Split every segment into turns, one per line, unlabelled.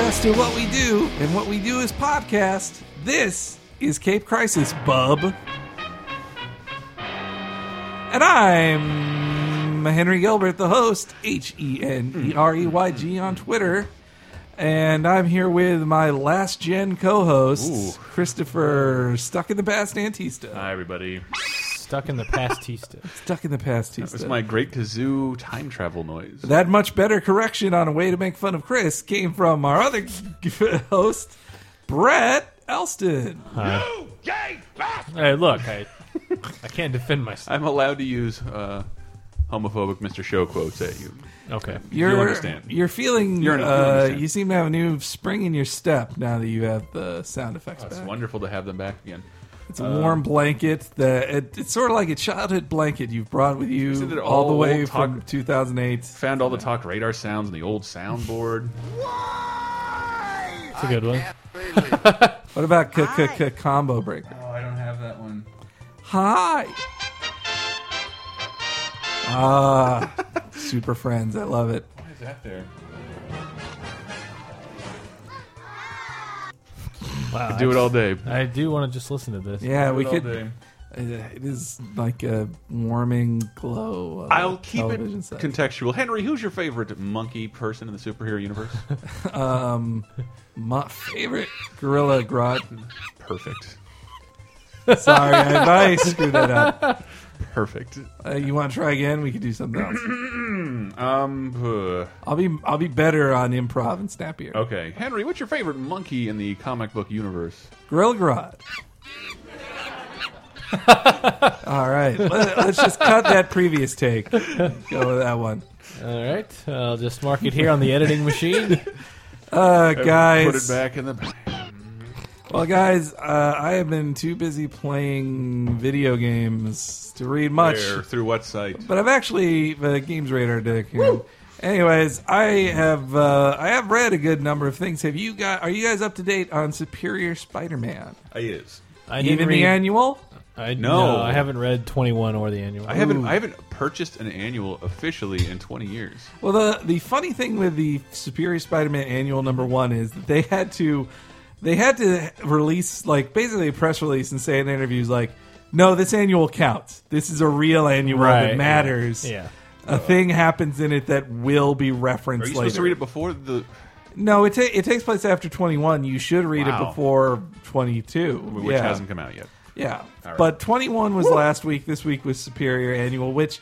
us to what we do, and what we do is podcast. This is Cape Crisis, bub. And I'm Henry Gilbert, the host, H E N E R E Y G on Twitter. And I'm here with my last gen co host, Christopher, stuck in the past Antista.
Hi, everybody.
Stuck in the pastista.
stuck in the past Antista.
It's my great kazoo time travel noise.
That much better correction on a way to make fun of Chris came from our other host, Brett Elston.
hey, look, I I can't defend myself.
I'm allowed to use uh, homophobic Mr. Show quotes at you.
Okay.
You're,
understand.
You're feeling.
You're an- you'll
uh,
understand.
you seem to have a new spring in your step now that you have the sound effects
It's
back.
wonderful to have them back again.
It's a
uh,
warm blanket. That it, it's sort of like a childhood blanket you've brought with
Isn't
you
it
all the
all
way
talk-
from 2008.
Found all the talk radar sounds and the old soundboard.
It's a good one.
What about c- c- c- combo breaker?
Oh, I don't have that one.
Hi. Ah, super friends. I love it.
Why is that there?
Wow.
Do it all day.
I do want to just listen to this.
Yeah, we
Do it all
could. uh,
day.
It is like a warming glow. Of
I'll keep it
television set.
contextual. Henry, who's your favorite monkey person in the superhero universe?
My favorite gorilla grot.
Perfect.
Sorry, I, I screwed that up.
Perfect. Hmm,
Uh, you want to try again? We could do something else.
Um. uh,
I'll be I'll be better on improv and snappier.
Okay, Henry, what's your favorite monkey in the comic book universe?
Gorilla grot. All right, let, us just cut that previous take. Go with that one.
All right. I'll just mark it here on the editing machine.
Uh, guys,
Put it back in the.
Well, guys, uh, I have been too busy playing video games to read much.
Where? Through what site?
But I've actually uh, Games Radar dick here. Anyways, I have uh, I have read a good number of things. Have you got? Are you guys up to date on Superior Spider-Man?
I is.
I didn't
Even
read,
the annual?
I,
No.
no. I haven't read 21 or the annual.
I haven't I haven't purchased an annual officially in 20 years.
Well, the the funny thing with the Superior Spider-Man annual number one is that they had to they had to release like basically a press release and say in interviews like, no, this annual counts. This is a real annual
Right,
that
yeah,
matters.
yeah.
A thing happens in it that will be referenced
Are you
later.
supposed to read it before the?
No, it, ta- it takes place after 21. You should read it
Wow.
before 22.
Which
yeah.
hasn't come out yet.
Yeah.
right.
But 21 was last week. This week was Superior Annual, which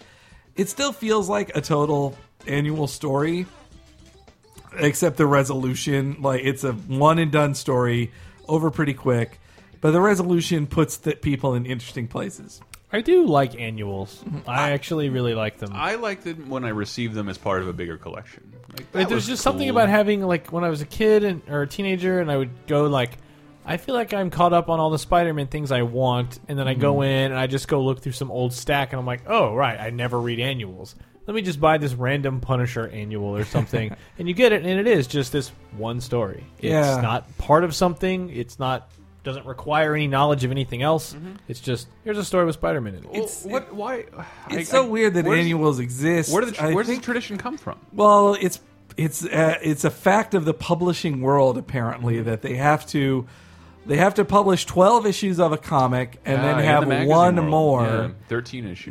it still feels like a total annual story, except the resolution. Like, it's a one and done story over pretty quick. But the resolution puts the people in interesting places.
I do like annuals. I actually really like them.
I liked it when I received them as part of a bigger collection. Like,
But
that
there's
was
just something
cool.
about having like when I was a kid and, or a teenager, and I would go like, I feel like I'm caught up on all the Spider-Man things I want, and then I go
Mm-hmm.
in and I just go look through some old stack, and I'm like, oh right, I never read annuals. Let me just buy this random Punisher annual or something, and you get it, and it is just this one story. It's
Yeah.
not part of something. It's not doesn't require any knowledge of anything else.
Mm-hmm.
It's just here's a story with Spider-Man in it.
Well,
It's-
what? Why? I-
It's so
I-
weird that
where's-
annuals exist.
Where did
I
the, where does
think-
the tradition come from?
Well, it's it's uh, it's a fact of the publishing world apparently that they have to they have to publish 12 issues of a comic and
Ah,
then
in
have
the magazine
one
world.
more.
Yeah, Mm-hmm.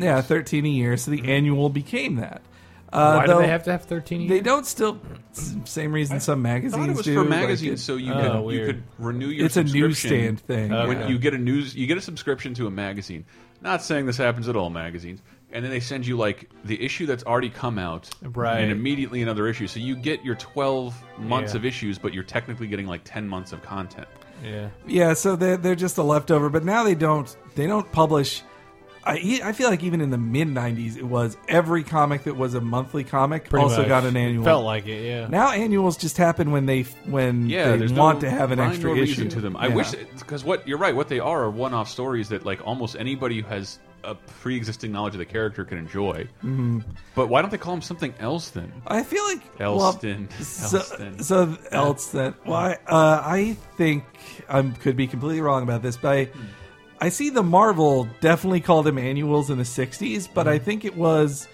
Yeah.
13 issues.
13 a year, so the annual became that. Uh,
Why
though
do they have to have thirteen?
they don't still s- same reason some
Mm-hmm. I thought
magazines
it was
do.
for
like
magazines,
it-
so you
Oh,
could you
weird.
could renew your.
it's a
subscription
newsstand thing.
Okay.
When you get a news, you get a subscription to a magazine. Not saying this happens at all magazines, and then they send you like the issue that's already come out,
Right.
And immediately another issue, so you get your twelve months
Yeah.
of issues, but you're technically getting like ten months of content.
Yeah.
Yeah, so they're, they're just a leftover. But now they don't they don't publish. I, I feel like even in the mid '90s, it was every comic that was a monthly comic
Pretty
also
much.
got an annual.
Felt like it, yeah.
now annuals just happen when they when
Yeah,
they
there's
want
no
to have an
rhyme
extra
or reason
issue
to them. I
Yeah.
wish because what you're right, what they are are one-off stories that like almost anybody who has a pre-existing knowledge of the character can enjoy.
Mm-hmm.
But why don't they call them something else then?
I feel like well,
Elston,
So,
Elston.
so Elston. Well, I, uh, I think I could be completely wrong about this, but I,
Mm.
I see the Marvel definitely called them annuals in the '60s, but I think it was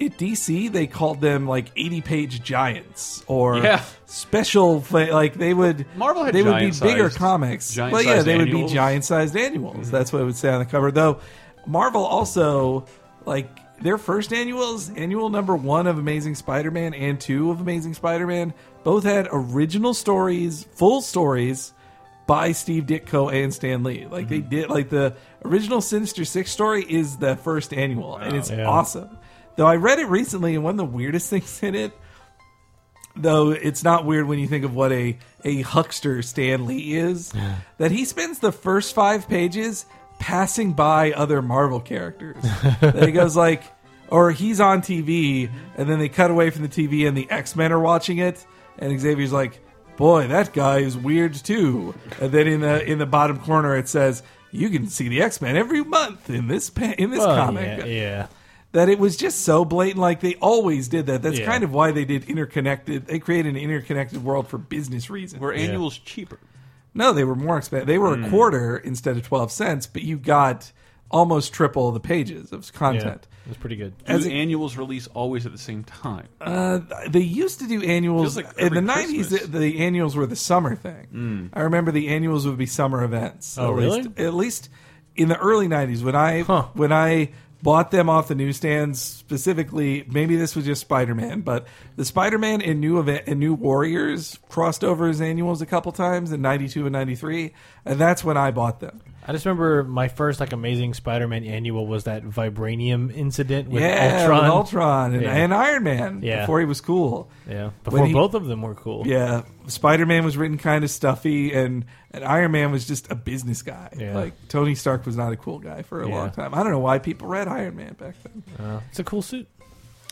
at DC they called them like eighty page giants or
Yeah.
special thing. Like they would
Marvel had
they would be
giant-sized-
bigger comics. Well, yeah,
giant-sized
they would
annuals.
be giant sized annuals. That's what it would say on the cover. Though Marvel also like their first annuals, annual number one of Amazing Spider Man and two of Amazing Spider Man, both had original stories, full stories by Steve Ditko and Stan Lee. Like they did like the original Sinister Six story is the first annual and it's
Yeah.
awesome. Though I read it recently and one of the weirdest things in it though it's not weird when you think of what a, a huckster Stan Lee is, that he spends the first five pages passing by other Marvel characters. that he goes like, or he's on TV, and then they cut away from the TV, and the X Men are watching it, and Xavier's like, "Boy, that guy is weird too." And then in the in the bottom corner, it says. You can see the X Men every month in this pa- in this
Oh,
comic
yeah, yeah.
that it was just so blatant. Like they always did that. That's
Yeah.
kind of why they did interconnected. They created an interconnected world for business reasons.
Were annuals cheaper?
no, they were more expensive. They
Hmm.
were a quarter instead of twelve cents, but you got almost triple the pages of
yeah.
content.
It was pretty good.
Do
As a-
annuals release always at the same time?
Uh, they used to do annuals
Feels like
in the
every
nineties. The,
Christmas. Mm.
the annuals were the summer thing. I remember the annuals would be summer events.
Oh,
at
really?
Least, at least in the early nineties, when I
Huh.
when I bought them off the newsstands specifically. Maybe this was just Spider Man, but the Spider Man and new event and new Warriors crossed over as annuals a couple times in ninety two and ninety three, and that's when I bought them.
I just remember my first like Amazing Spider-Man annual was that vibranium incident with
yeah,
Ultron.
with Ultron and,
Yeah.
and Iron Man
Yeah.
before he was cool.
Yeah,
When
before
he-
both of them were cool.
Yeah, Spider Man was written kind of stuffy, and, and Iron Man was just a business guy.
Yeah.
Like Tony Stark was not a cool guy for a
Yeah.
long time. I don't know why people read Iron Man back then,
Uh, it's a cool suit.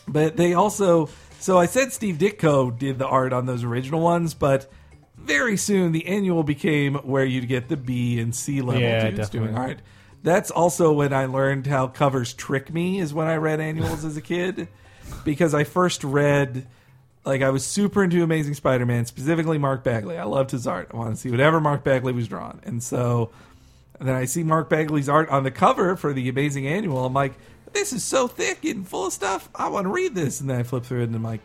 but they also. So I said Steve Ditko did the art on those original ones, but very soon the annual became where you'd get the B and C level
Yeah,
dudes doing
definitely.
art. That's also when I learned how covers trick me. Is when I read annuals as a kid, because I first read like I was super into Amazing Spider-Man, specifically Mark Bagley. I loved his art. I wanted to see whatever Mark Bagley was drawn, and so and then I see Mark Bagley's art on the cover for the Amazing Annual. I'm like, this is so thick and full of stuff. I want to read this, and then I flip through it, and I'm like,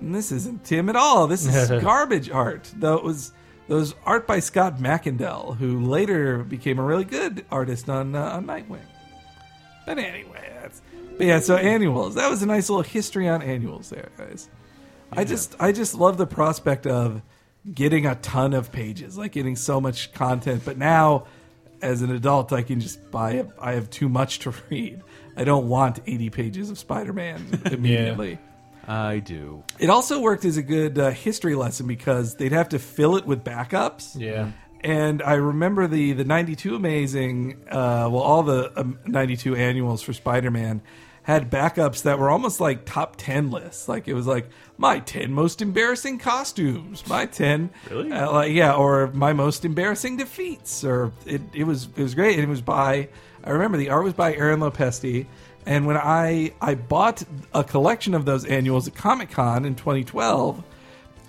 this isn't Tim at all. This is garbage art. Though it was those art by Scott McIndell, who later became a really good artist on uh, on Nightwing. But anyway, that's, but yeah. So annuals. That was a nice little history on annuals there, guys. I just I just love the prospect of getting a ton of pages, like getting so much content. But now, as an adult, I can just buy. It. I have too much to read. I don't want eighty pages of Spider Man immediately.
I do.
It also worked as a good uh, history lesson because they'd have to fill it with backups.
Yeah.
And I remember the the '92 amazing, uh, well, all the um, '92 annuals for Spider-Man had backups that were almost like top ten lists. Like it was like my ten most embarrassing costumes, my ten,
Really?
uh, like, yeah, or my most embarrassing defeats. Or it, it was it was great. And it was by I remember the art was by Aaron Lopesti. And when I I bought a collection of those annuals at Comic Con in 2012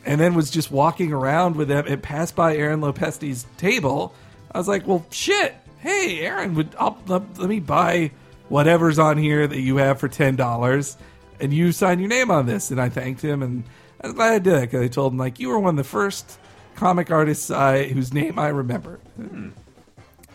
and then was just walking around with them and passed by Aaron Lopesti's table. I was like, "Well, shit! Hey, Aaron, would I'll, let, let me buy whatever's on here that you have for ten dollars, and you sign your name on this." And I thanked him, and I was glad I did it 'cause I told him like, "You were one of the first comic artists I, whose name I remember."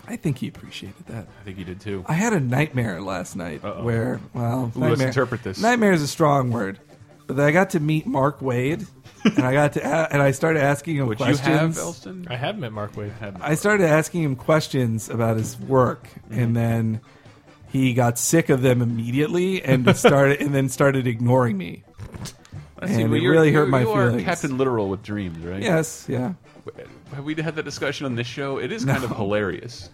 I think he appreciated that.
I think you did too.
I had a nightmare last night where, well,
Ooh, let's
nightmare-
interpret this.
Nightmare is a strong word, but then I got to meet Mark Wade, and I got to a- and I started asking him
Would you
questions.
have Elston?
I have met Mark Wade.
I started asking him questions about his work,
Mm-hmm.
and then he got sick of them immediately, and started and then started ignoring me.
See,
and
well,
it
you're-
really hurt
you-
my
you are
feelings.
Captain Literal with dreams, right?
Yes, yeah.
Have we had that discussion on this show? It is kind of hilarious.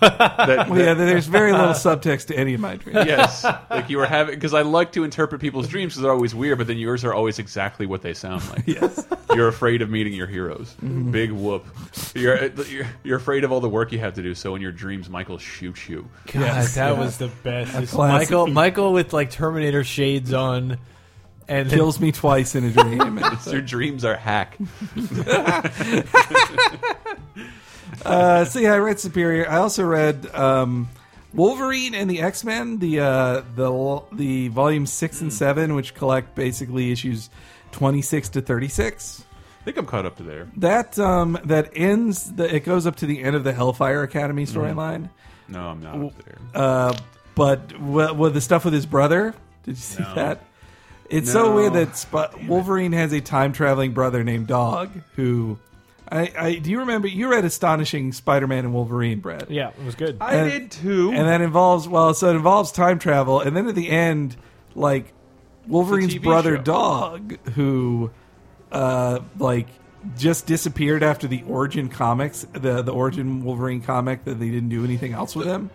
that,
Well, yeah. There's very little subtext to any of my dreams.
yes, like you were having because I like to interpret people's dreams because they're always weird, but then yours are always exactly what they sound like.
Yes. Mm-hmm.
You're afraid of meeting your heroes. Big whoop. You're, you're you're afraid of all the work you have to do. So in your dreams, Michael shoots you.
God,
Yes,
that
yeah.
was the best. Just
classic.
Michael, Michael with like Terminator shades on, and then-
Kills me twice in a dream. and-
Your dreams are hack.
Uh, so yeah, I read Superior. I also read um, Wolverine and the X Men, the uh, the the volume six and seven, which collect basically issues twenty six to thirty six.
I think I'm caught up to there.
That um, that ends. The, it goes up to the end of the Hellfire Academy storyline.
No, I'm not up there.
Uh, but w- with the stuff with his brother, did you see that? It's so
No.
weird that Sp- Wolverine has a time traveling brother named Dog. Who, I, I do you remember? You read Astonishing Spider-Man and Wolverine, Brad.
Yeah, it was good.
I
and-
did too.
and that involves well, so it involves time travel, and then at the end, like Wolverine's
TV
brother
show.
Dog, who uh, like just disappeared after the Origin comics, the the Origin Wolverine comic that they didn't do anything else with him.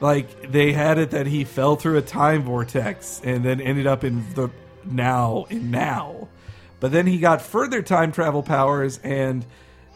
Like they had it that he fell through a time vortex and then ended up in the now in now, but then he got further time travel powers and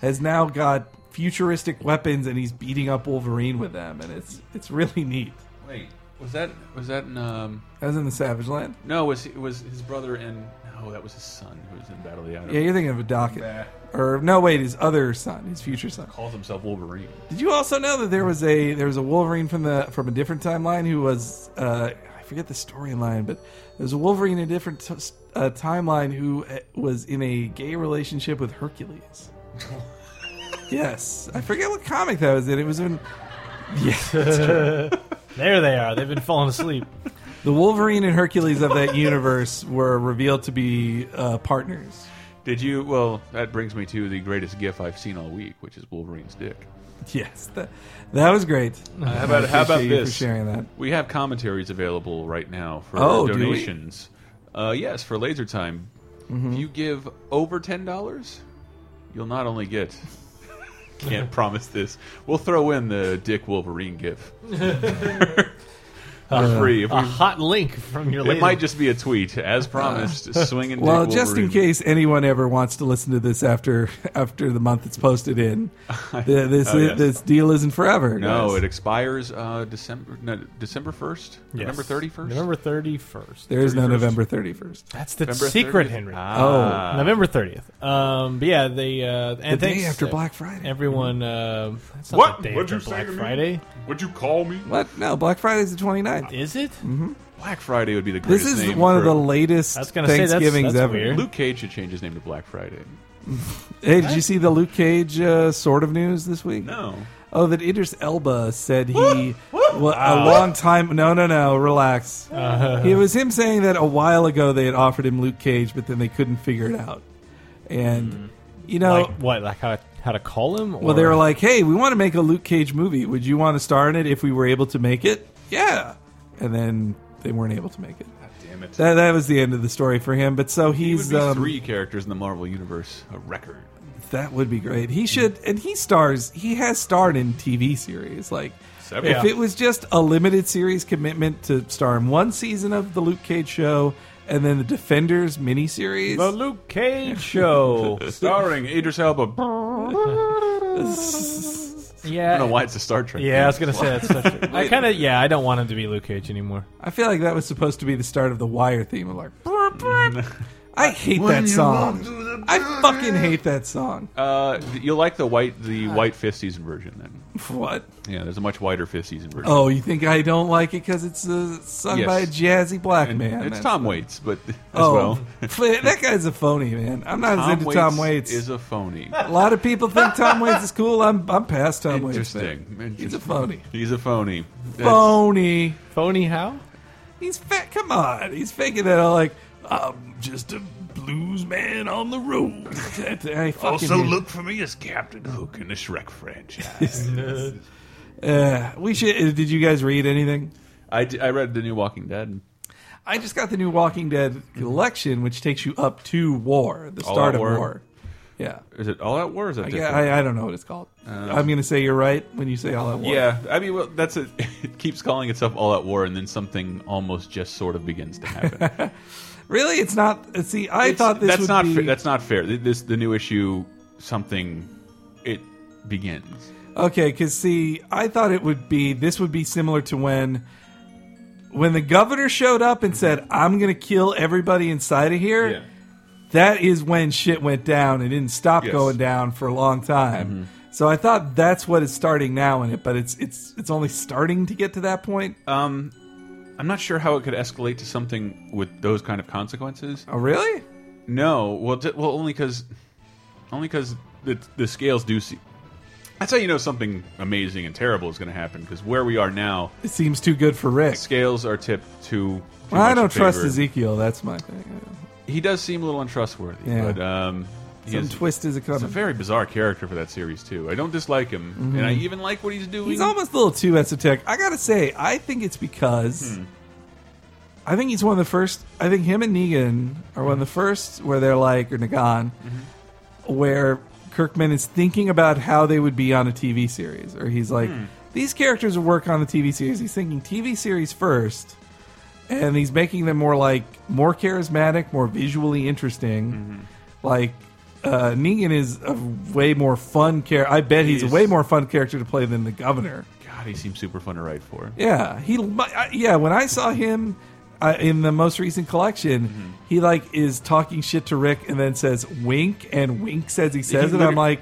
has now got futuristic weapons and he's beating up Wolverine with them and it's it's really neat.
Wait, was that was that in, um?
As in the Savage Land.
No, was he, was his brother in? No, that was his son who was in Battle of the Island.
Yeah, you're thinking of a docket.
Bah.
Or no, wait, his other son, his future son.
calls himself Wolverine.
Did you also know that there was a there was a Wolverine from the from a different timeline who was uh, I forget the storyline, but there was a Wolverine in a different t- uh, timeline who uh, was in a gay relationship with Hercules. yes, I forget what comic that was in. It was in yeah,
There they are. They've been falling asleep.
the Wolverine and Hercules of that universe were revealed to be uh, partners.
Did you? Well, that brings me to the greatest GIF I've seen all week, which is Wolverine's dick.
Yes, that, that was great.
how about how about
Appreciate you
this?
for sharing that?
We have commentaries available right now for
Oh, do we?
donations. Uh, yes, for Laser Time. If you give over ten dollars, you'll not only get. Can't promise this. We'll throw in the Dick Wolverine GIF for
Uh,
free. If we,
A hot link from your.
it might just be a tweet, as
Ah.
promised. swinging.
Well,
Dick
just in
Wolverine.
case anyone ever wants to listen to this after after the month it's posted in, the, this
Oh, yes.
this deal isn't forever.
No,
guys.
it expires uh, December no, December first, November thirty first.
November thirty first.
there is no
31st.
November thirty first.
That's the
November
secret,
30th?
Henry.
Oh.
Ah.
November thirtieth. Um, but yeah, they uh,
The
and thanks
day after
to
Black Friday.
Everyone, uh, that's not
What?
the day
What'd
after
you say
Black
to me?
Friday
Would you call me?
What? No, Black Friday's the 29th.
is it?
Black Friday would be the greatest.
This is
name
one of
for-
the latest
I was gonna say, that's-
Thanksgivings
that's
ever.
weird.
Luke Cage should change his name to Black Friday.
Hey, did you see the Luke Cage uh, sort of news this week?
No,
Oh, that Idris Elba said he wa- a long time. No, no, no. Relax.
Uh-huh.
It was him saying that a while ago they had offered him Luke Cage, but then they couldn't figure it out. And you know,
Hmm. Like what? Like how how to call him? Or...
well, they were like, "Hey, we want to make a Luke Cage movie. Would you want to star in it if we were able to make it?" Yeah. And then they weren't able to make it.
damn it.
That, that was the end of the story for him. But so
he would
he's
be
um,
three characters in the Marvel universe. A record.
that would be great. He should, and he stars. He has starred in TV series like.
Seven.
If it was just a limited series commitment to star in one season of the Luke Cage show and then the Defenders miniseries,
the Luke Cage show.
Starring Idris Elba. I don't
yeah,
know why it's a Star Trek.
Yeah, I was gonna say that's such. A, I kind of yeah, I don't want him to be Luke Cage anymore.
I feel like that was supposed to be the start of the Wire theme of like. brr, brr.
Mm.
I hate that song. I fucking hate that song.
Uh, you'll like the white the white fist season version then.
What?
Yeah, there's a much whiter fist season version.
Oh, you think I don't like it because it's uh, sung
Yes.
by a jazzy black
And
man?
it's
That's-
Tom Waits, but as
Oh,
well.
that guy's a phony, man. I'm not as into Tom Waits.
is a phony.
a lot of people think Tom Waits is cool. I'm I'm past Tom Waits. man.
Interesting.
He's a phony.
He's a phony. Uh, That's-
Phony.
Phony how?
He's fat. Come on, he's faking that. all Like I'm just a blues man on the road. I fucking hate-
for me as Captain Hook in the Shrek franchise.
Uh, we should. uh, Did you guys read anything?
I, d- I read the new Walking Dead.
I just got the new Walking Dead collection, which takes you up to war, the
All
start
Out
of
War?
war. Yeah,
Is it All Out War? Or is it
I,
different?
I, I don't know what it's called. I'm going to say you're right when you say all at war.
yeah, I mean, well, that's it. It keeps calling itself All Out War, and then something almost just sort of begins to happen.
really, it's not. uh, See, I
It's-
thought this
that's
would
not
be.
fair. That's not fair. Th- This the new issue. Something it begins.
Okay, because see, I thought it would be this would be similar to when when the governor showed up and said, "I'm going to kill everybody inside of here." That is when shit went down. It didn't stop
Yes. Mm-hmm.
going down for a long time. So I thought that's what is starting now in it, but it's it's it's only starting to get to that point.
Um, I'm not sure how it could escalate to something with those kind of consequences.
oh, really?
No, well, d well, only because, only because the the scales do see. That's how you know something amazing and terrible is going to happen. Because where we are now,
It seems too good for Rick.
scales are tipped to. too
I
much
don't trust
favor.
Ezekiel. That's my thing.
He does seem a little untrustworthy,
Yeah.
but um, he
Some
is,
twist is a
he's a
coming. Mm-hmm.
very bizarre character for that series too. I don't dislike him, and I even like what he's doing.
He's almost a little too esoteric. I gotta say, I think it's because
Hmm.
I think he's one of the first. I think him and Negan are one of the first where they're like, or Negan, where Kirkman is thinking about how they would be on a TV series, or he's like, these characters will work on the TV series. He's thinking TV series first, and he's making them more like more charismatic, more visually interesting. Like uh, Negan is a way more fun character. I bet he's a
He's-
way more fun character to play than the Governor.
God, he seems super fun to write for.
Yeah, he. I- Yeah, when I saw him uh, in the most recent collection,
Mm-hmm.
he like is talking shit to Rick and then says wink and wink says he says it.
liter-
I'm like,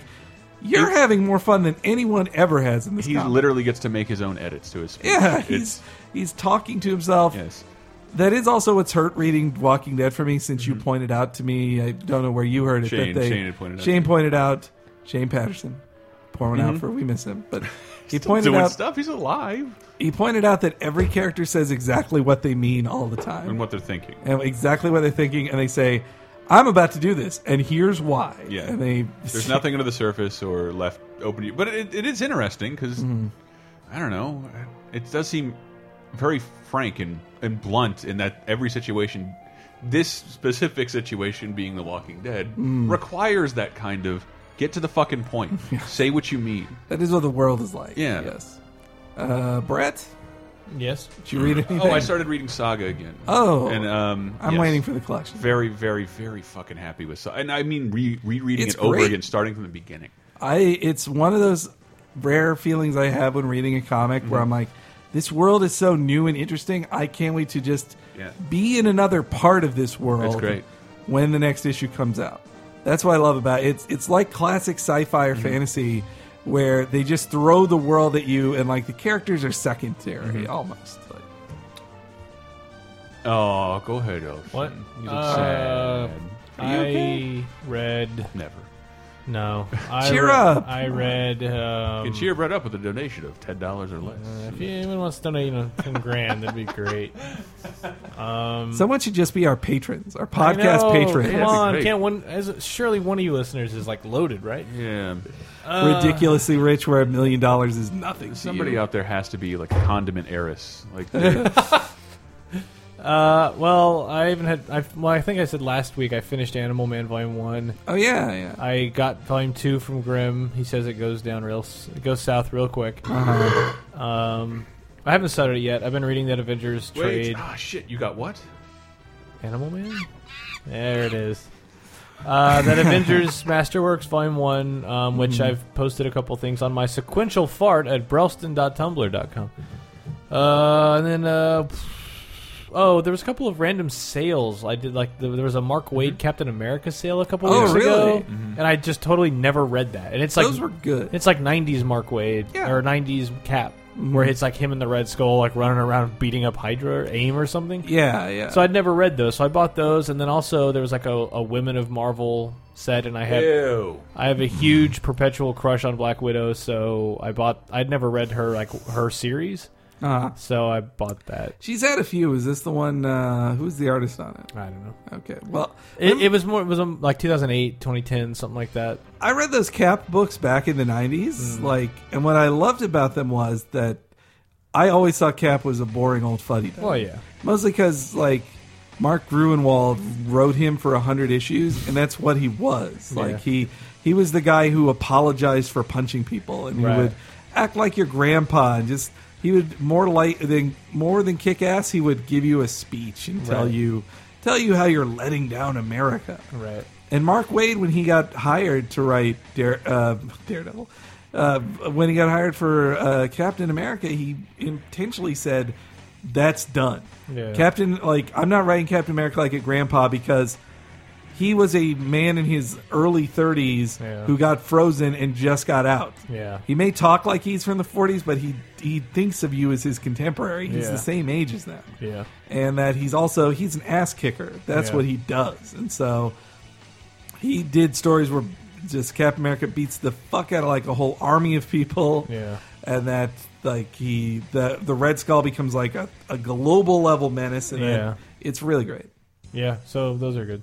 you're having more fun than anyone ever has in this.
He
comic."
literally gets to make his own edits to his speech.
yeah,
It's-
he's he's talking to himself.
yes.
That is also what's hurt reading Walking Dead for me, since you pointed out to me. I don't know where you heard it.
Mm-hmm. Shane-
that they,
Shane had pointed out
Shane
to Mm-hmm. me.
pointed out. Shane Patterson, pour one out for we miss him, but he
Still
pointed
doing
out
stuff. He's alive.
he pointed out that every character says exactly what they mean all the
And
time
what they're thinking.
and exactly what they're thinking, and they say, "I'm about to do this, and here's why."
Yeah.
and they
There's nothing under the surface or left open. But it, it is interesting because
Mm-hmm.
I don't know. It does seem very frank and, and blunt in that every situation, this specific situation being The Walking Dead,
Mm.
requires that kind of get to the fucking point, say what you mean.
That is what the world is like.
Yeah.
Yes. Uh, Brett,
Yes.
did you read anything?
Oh, I started reading Saga again.
Oh.
and um,
I'm
yes.
waiting for the collection.
Very, very, very fucking happy with Saga, and I mean re- rereading
It's
it over
great.
again, starting from the beginning.
I it's one of those rare feelings I have when reading a comic where
Mm-hmm.
I'm like, this world is so new and interesting. I can't wait to just
Yeah.
be in another part of this world.
That's great.
When the next issue comes out, that's what I love about it. It's it's like classic sci-fi or
Mm-hmm.
fantasy where they just throw the world at you and like the characters are secondary
Mm-hmm.
almost. Like,
Oh, go ahead, Ocean.
What?
You look
Uh,
sad. Are you
I
okay?
read.
Never.
No. I
Cheer
re-
up.
I read. Um,
You can cheer Brett up with a donation of ten dollars or less.
If anyone wants to donate, you know, ten grand, that'd be great.
Someone should just be our patrons, our
Um, I
podcast
know,
patrons.
that'd
Come
be
on,
great.
can't one? As, surely one of you listeners is like loaded, right?
yeah,
Ridiculously rich, where a million dollars is nothing. to
somebody
you.
out there has to be like a condiment heiress. Like, they-
Uh, well, I even had. I well, I think I said last week I finished Animal Man Volume One.
Oh yeah, yeah.
I got Volume Two from Grimm. He says it goes down real. s- It goes south real quick. Um, I haven't started it yet. I've been reading that Avengers
wait,
trade.
ah, shit, you got what?
Animal Man? There it is. Uh, that Avengers Masterworks Volume 1, um,
Mm-hmm.
which I've posted a couple things on my sequential fart at brelston.tumblr.com. Uh, and then, uh, oh, there was a couple of random sales. I did, like, the, there was a Mark Wade Captain America sale a couple
Mm-hmm. Oh,
weeks
really?
ago. And I just totally never read that. And it's like,
Those were good.
it's like 90s Mark Wade,
Yeah. Mm-hmm.
or 90s Cap, where it's like him and the Red Skull, like, running around beating up Hydra or AIM or something.
Yeah, yeah.
So I'd never read those, so I bought those, and then also there was like a, a Women of Marvel set, and I had
Ew.
I have a huge perpetual crush on Black Widow, so I bought. I'd never read her like her series,
Uh-huh.
so I bought that.
She's had a few. Is this the one? Uh, who's the artist on it?
I don't know.
Okay. Well,
It, it was more. It was um, like 2008, 2010, something like that.
I read those Cap books back in the
Mm.
'90s. Like, and what I loved about them was that I always thought Cap was a boring old fuddy.
Oh yeah,
Mostly because like Mark Gruenwald wrote him for hundred issues, and that's what he was. Like he he was the guy who apologized for punching people, and he
Right.
would act like your grandpa and just he would more light than more than kick ass. He would give you a speech and tell
Right.
you tell you how you're letting down America.
right.
And Mark Wade, when he got hired to write Dare, uh, Daredevil, uh, when he got hired for uh, Captain America, he intentionally said, "That's done."
Yeah.
Captain, like I'm not writing Captain America like a grandpa because he was a man in his early 30s
Yeah.
who got frozen and just got out.
Yeah.
He may talk like he's from the 40s, but he he thinks of you as his contemporary. He's
Yeah.
the same age as them.
Yeah.
And that he's also he's an ass kicker. That's
Yeah.
what he does. And so he did stories where just Captain America beats the fuck out of like a whole army of people.
Yeah.
And that like he the the Red Skull becomes like a, a global level menace and
Yeah.
then it's really great.
Yeah. So those are good.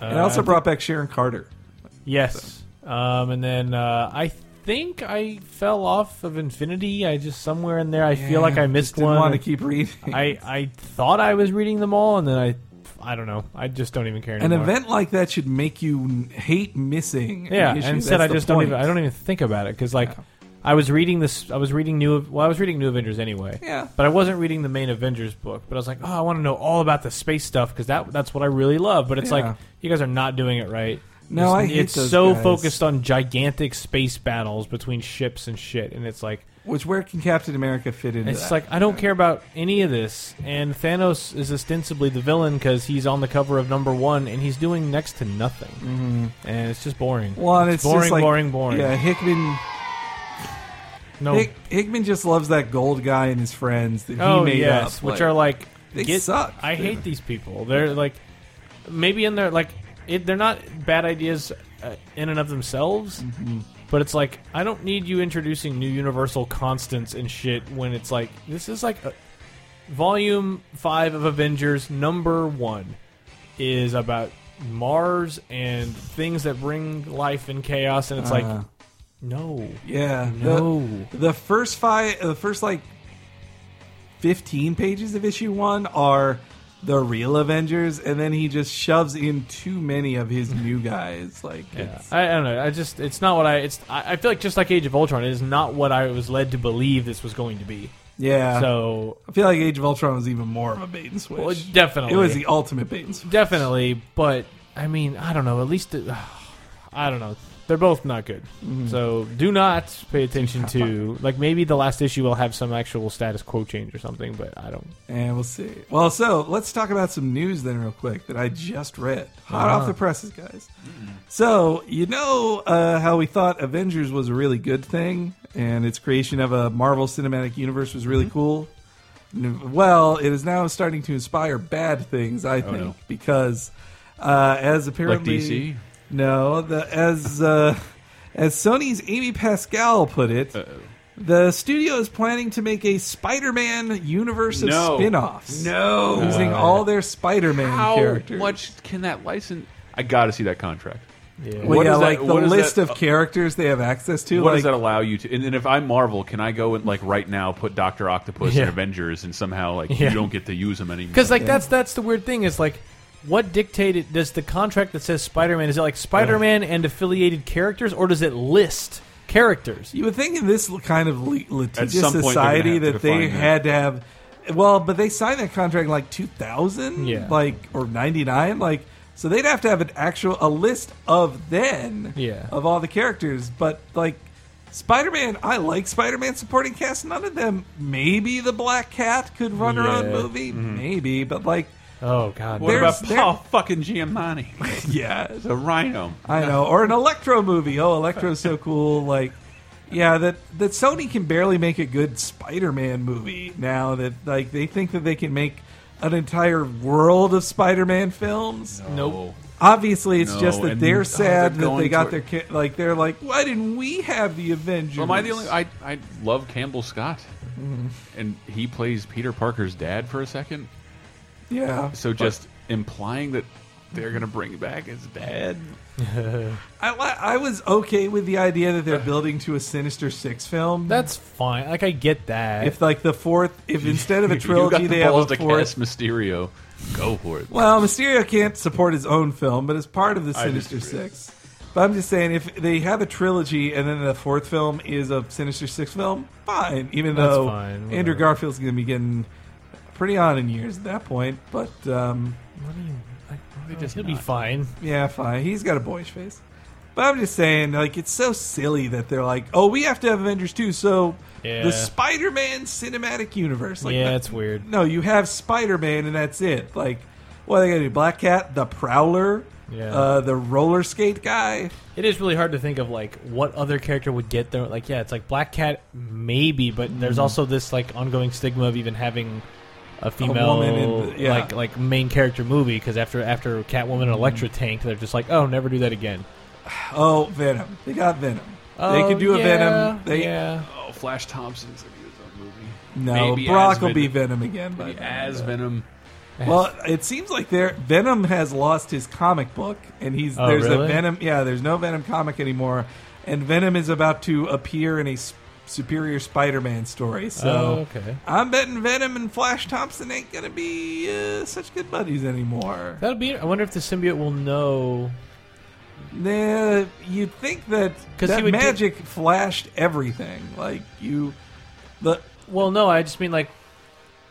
Uh,
And I also brought back Sharon Carter.
yes. Um, and then uh, I think I fell off of Infinity. I just somewhere in there I feel like I missed
just didn't
one.
want to keep reading.
I I thought I was reading them all, and then I I don't know. I just don't even care
An
anymore.
event like that should make you n- hate missing. an
Yeah,
issue.
and instead I
That's the
just don't
point.
even I don't e even think about it because like I was reading this I was reading new well I was reading New Avengers anyway.
Yeah.
But I wasn't reading the main Avengers book. But I was like, oh, I want to know all about the space stuff because that that's what I really love. But it's
Yeah.
like you guys are not doing it right.
No,
it's,
I hate
it's
those
so
guys.
focused on gigantic space battles between ships and shit, and it's like
Which where can Captain America fit into
it's
that?
like I don't care about any of this. And Thanos is ostensibly the villain because he's on the cover of number one, and he's doing next to nothing, and it's just boring.
Mm-hmm. well, and
it's,
it's
boring,
just like,
boring, boring. Oh.
Yeah, Hickman.
No.
Hick, Hickman just loves that gold guy and his friends that he
oh
made
yes,
up,
which are like
they
get-
suck.
I hate these people. They're like maybe in their like it, they're not bad ideas uh, in and of themselves,
Mm-hmm.
but it's like I don't need you introducing new universal constants and shit when it's like this is like a, volume five of Avengers number one is about Mars and things that bring life and chaos, and it's
Uh-huh.
like no,
Yeah, the-
No.
The, first five, the first like fifteen pages of issue one are the real Avengers, and then he just shoves in too many of his new guys. Like,
Yeah.
it's,
I, I don't know. I just it's not what I it's I, I feel like just like Age of Ultron, it is not what I was led to believe this was going to be.
yeah.
So
I feel like Age of Ultron was even more of a bait and switch.
well, definitely,
It was the ultimate bait and switch.
definitely, but I mean, I don't know. At least it, I don't know. They're both not good. So do not pay attention to like maybe the last issue will have some actual status quo change or something, but I don't.
And we'll see. Well, so let's talk about some news then, real quick, that I just read. Hot off
Uh-huh.
the presses, guys. So, you know uh, how we thought Avengers was a really good thing and its creation of a Marvel Cinematic Universe was
Mm-hmm.
really cool? N- Well, it is now starting to inspire bad things, I think,
Oh, no.
because uh, as
like
apparently.
DC.
No, the, as, uh, as Sony's Amy Pascal put it. The studio is planning to make a Spider-Man universe of
No.
spin-offs.
No.
Using all their Spider-Man
How
characters.
much can that license? I got to see that contract.
Yeah.
Well,
What
yeah,
is that-
like the
what is
list
that-
of characters they have access to.
What
like,
does that allow you to? And, and if I'm Marvel, can I go and like right now put Doctor Octopus
Yeah.
in Avengers and somehow like
Yeah.
you don't get to use them anymore?
Because like that's that's the weird thing is like, what dictated does the contract that says Spider Man is it like Spider Man and affiliated characters or does it list characters?
you would think in this kind of le- litigious
some point they're gonna
society
have to
that they
define that.
had to have. Well, but they signed that contract in like 2000,
Yeah.
like or 99, like so they'd have to have an actual a list of then
Yeah.
of all the characters. But like Spider-Man, I like Spider-Man supporting cast. None of them. Maybe the Black Cat could run her own
Yeah.
movie,
Mm-hmm.
maybe. But like,
Oh God,
what about
there's-
Paul fucking Giamatti,
yeah,
the Rhino?
I know, or an Electro movie. Oh, Electro's so cool. Like, yeah, that that Sony can barely make a good Spider-Man movie now. That like they think that they can make an entire world of Spider-Man films.
Nope.
Obviously, it's
No,
just that
and-
they're
oh,
sad
they're
that they
going
got
toward-
their ki- like they're like, why didn't we have the Avengers?
Well, am I the only? I I love Campbell Scott, and he plays Peter Parker's dad for a second.
yeah,
So just implying that they're gonna bring back his dad.
I li- I was okay with the idea that they're building to a Sinister Six film.
That's fine. Like I get that.
if like the fourth, if instead of a
you got
trilogy
the
they have
balls
a
to
fourth
cast Mysterio. Go for it.
Well, Mysterio can't support his own film, but it's part of the
I
Sinister
disagree.
Six. But I'm just saying, if they have a trilogy and then the fourth film is a Sinister Six film, fine. Even
That's
though
fine, whatever.
Andrew Garfield's going to be getting pretty on in years at that point, but um,
just he'll be fine.
yeah, fine. He's got a boyish face. But I'm just saying, like, it's so silly that they're like, oh, we have to have Avengers too, so
Yeah.
the Spider-Man cinematic universe. Like,
yeah,
that-
it's weird.
no, you have Spider Man and that's it. Like, what are they going to do? Black Cat, the Prowler,
Yeah.
uh, the roller skate guy.
It is really hard to think of like what other character would get there. Like, yeah, it's like Black Cat maybe, but there's
Hmm.
also this like ongoing stigma of even having a female
woman in the- yeah. Hmm.
like like main character movie because after after Catwoman and Electra tanked, they're just like, oh, never do that again.
Oh, Venom. They got Venom. they
Oh,
could do a
yeah,
Venom. They
yeah.
Oh, Flash Thompson's gonna use that movie.
no
Maybe
Brock
as
will be
Venom.
Venom again. By then.
As Venom.
Well, it seems like there Venom has lost his comic book, and he's
Oh,
there's
really?
a Venom. Yeah, there's no Venom comic anymore, and Venom is about to appear in a s- Superior Spider-Man story. So
Oh, okay.
I'm betting Venom and Flash Thompson ain't gonna be uh, such good buddies anymore.
That'll be. I wonder if the symbiote will know.
Nah, you'd think that
'Cause he
that
would do-
magic flashed everything. Like you, the
Well, no, I just mean like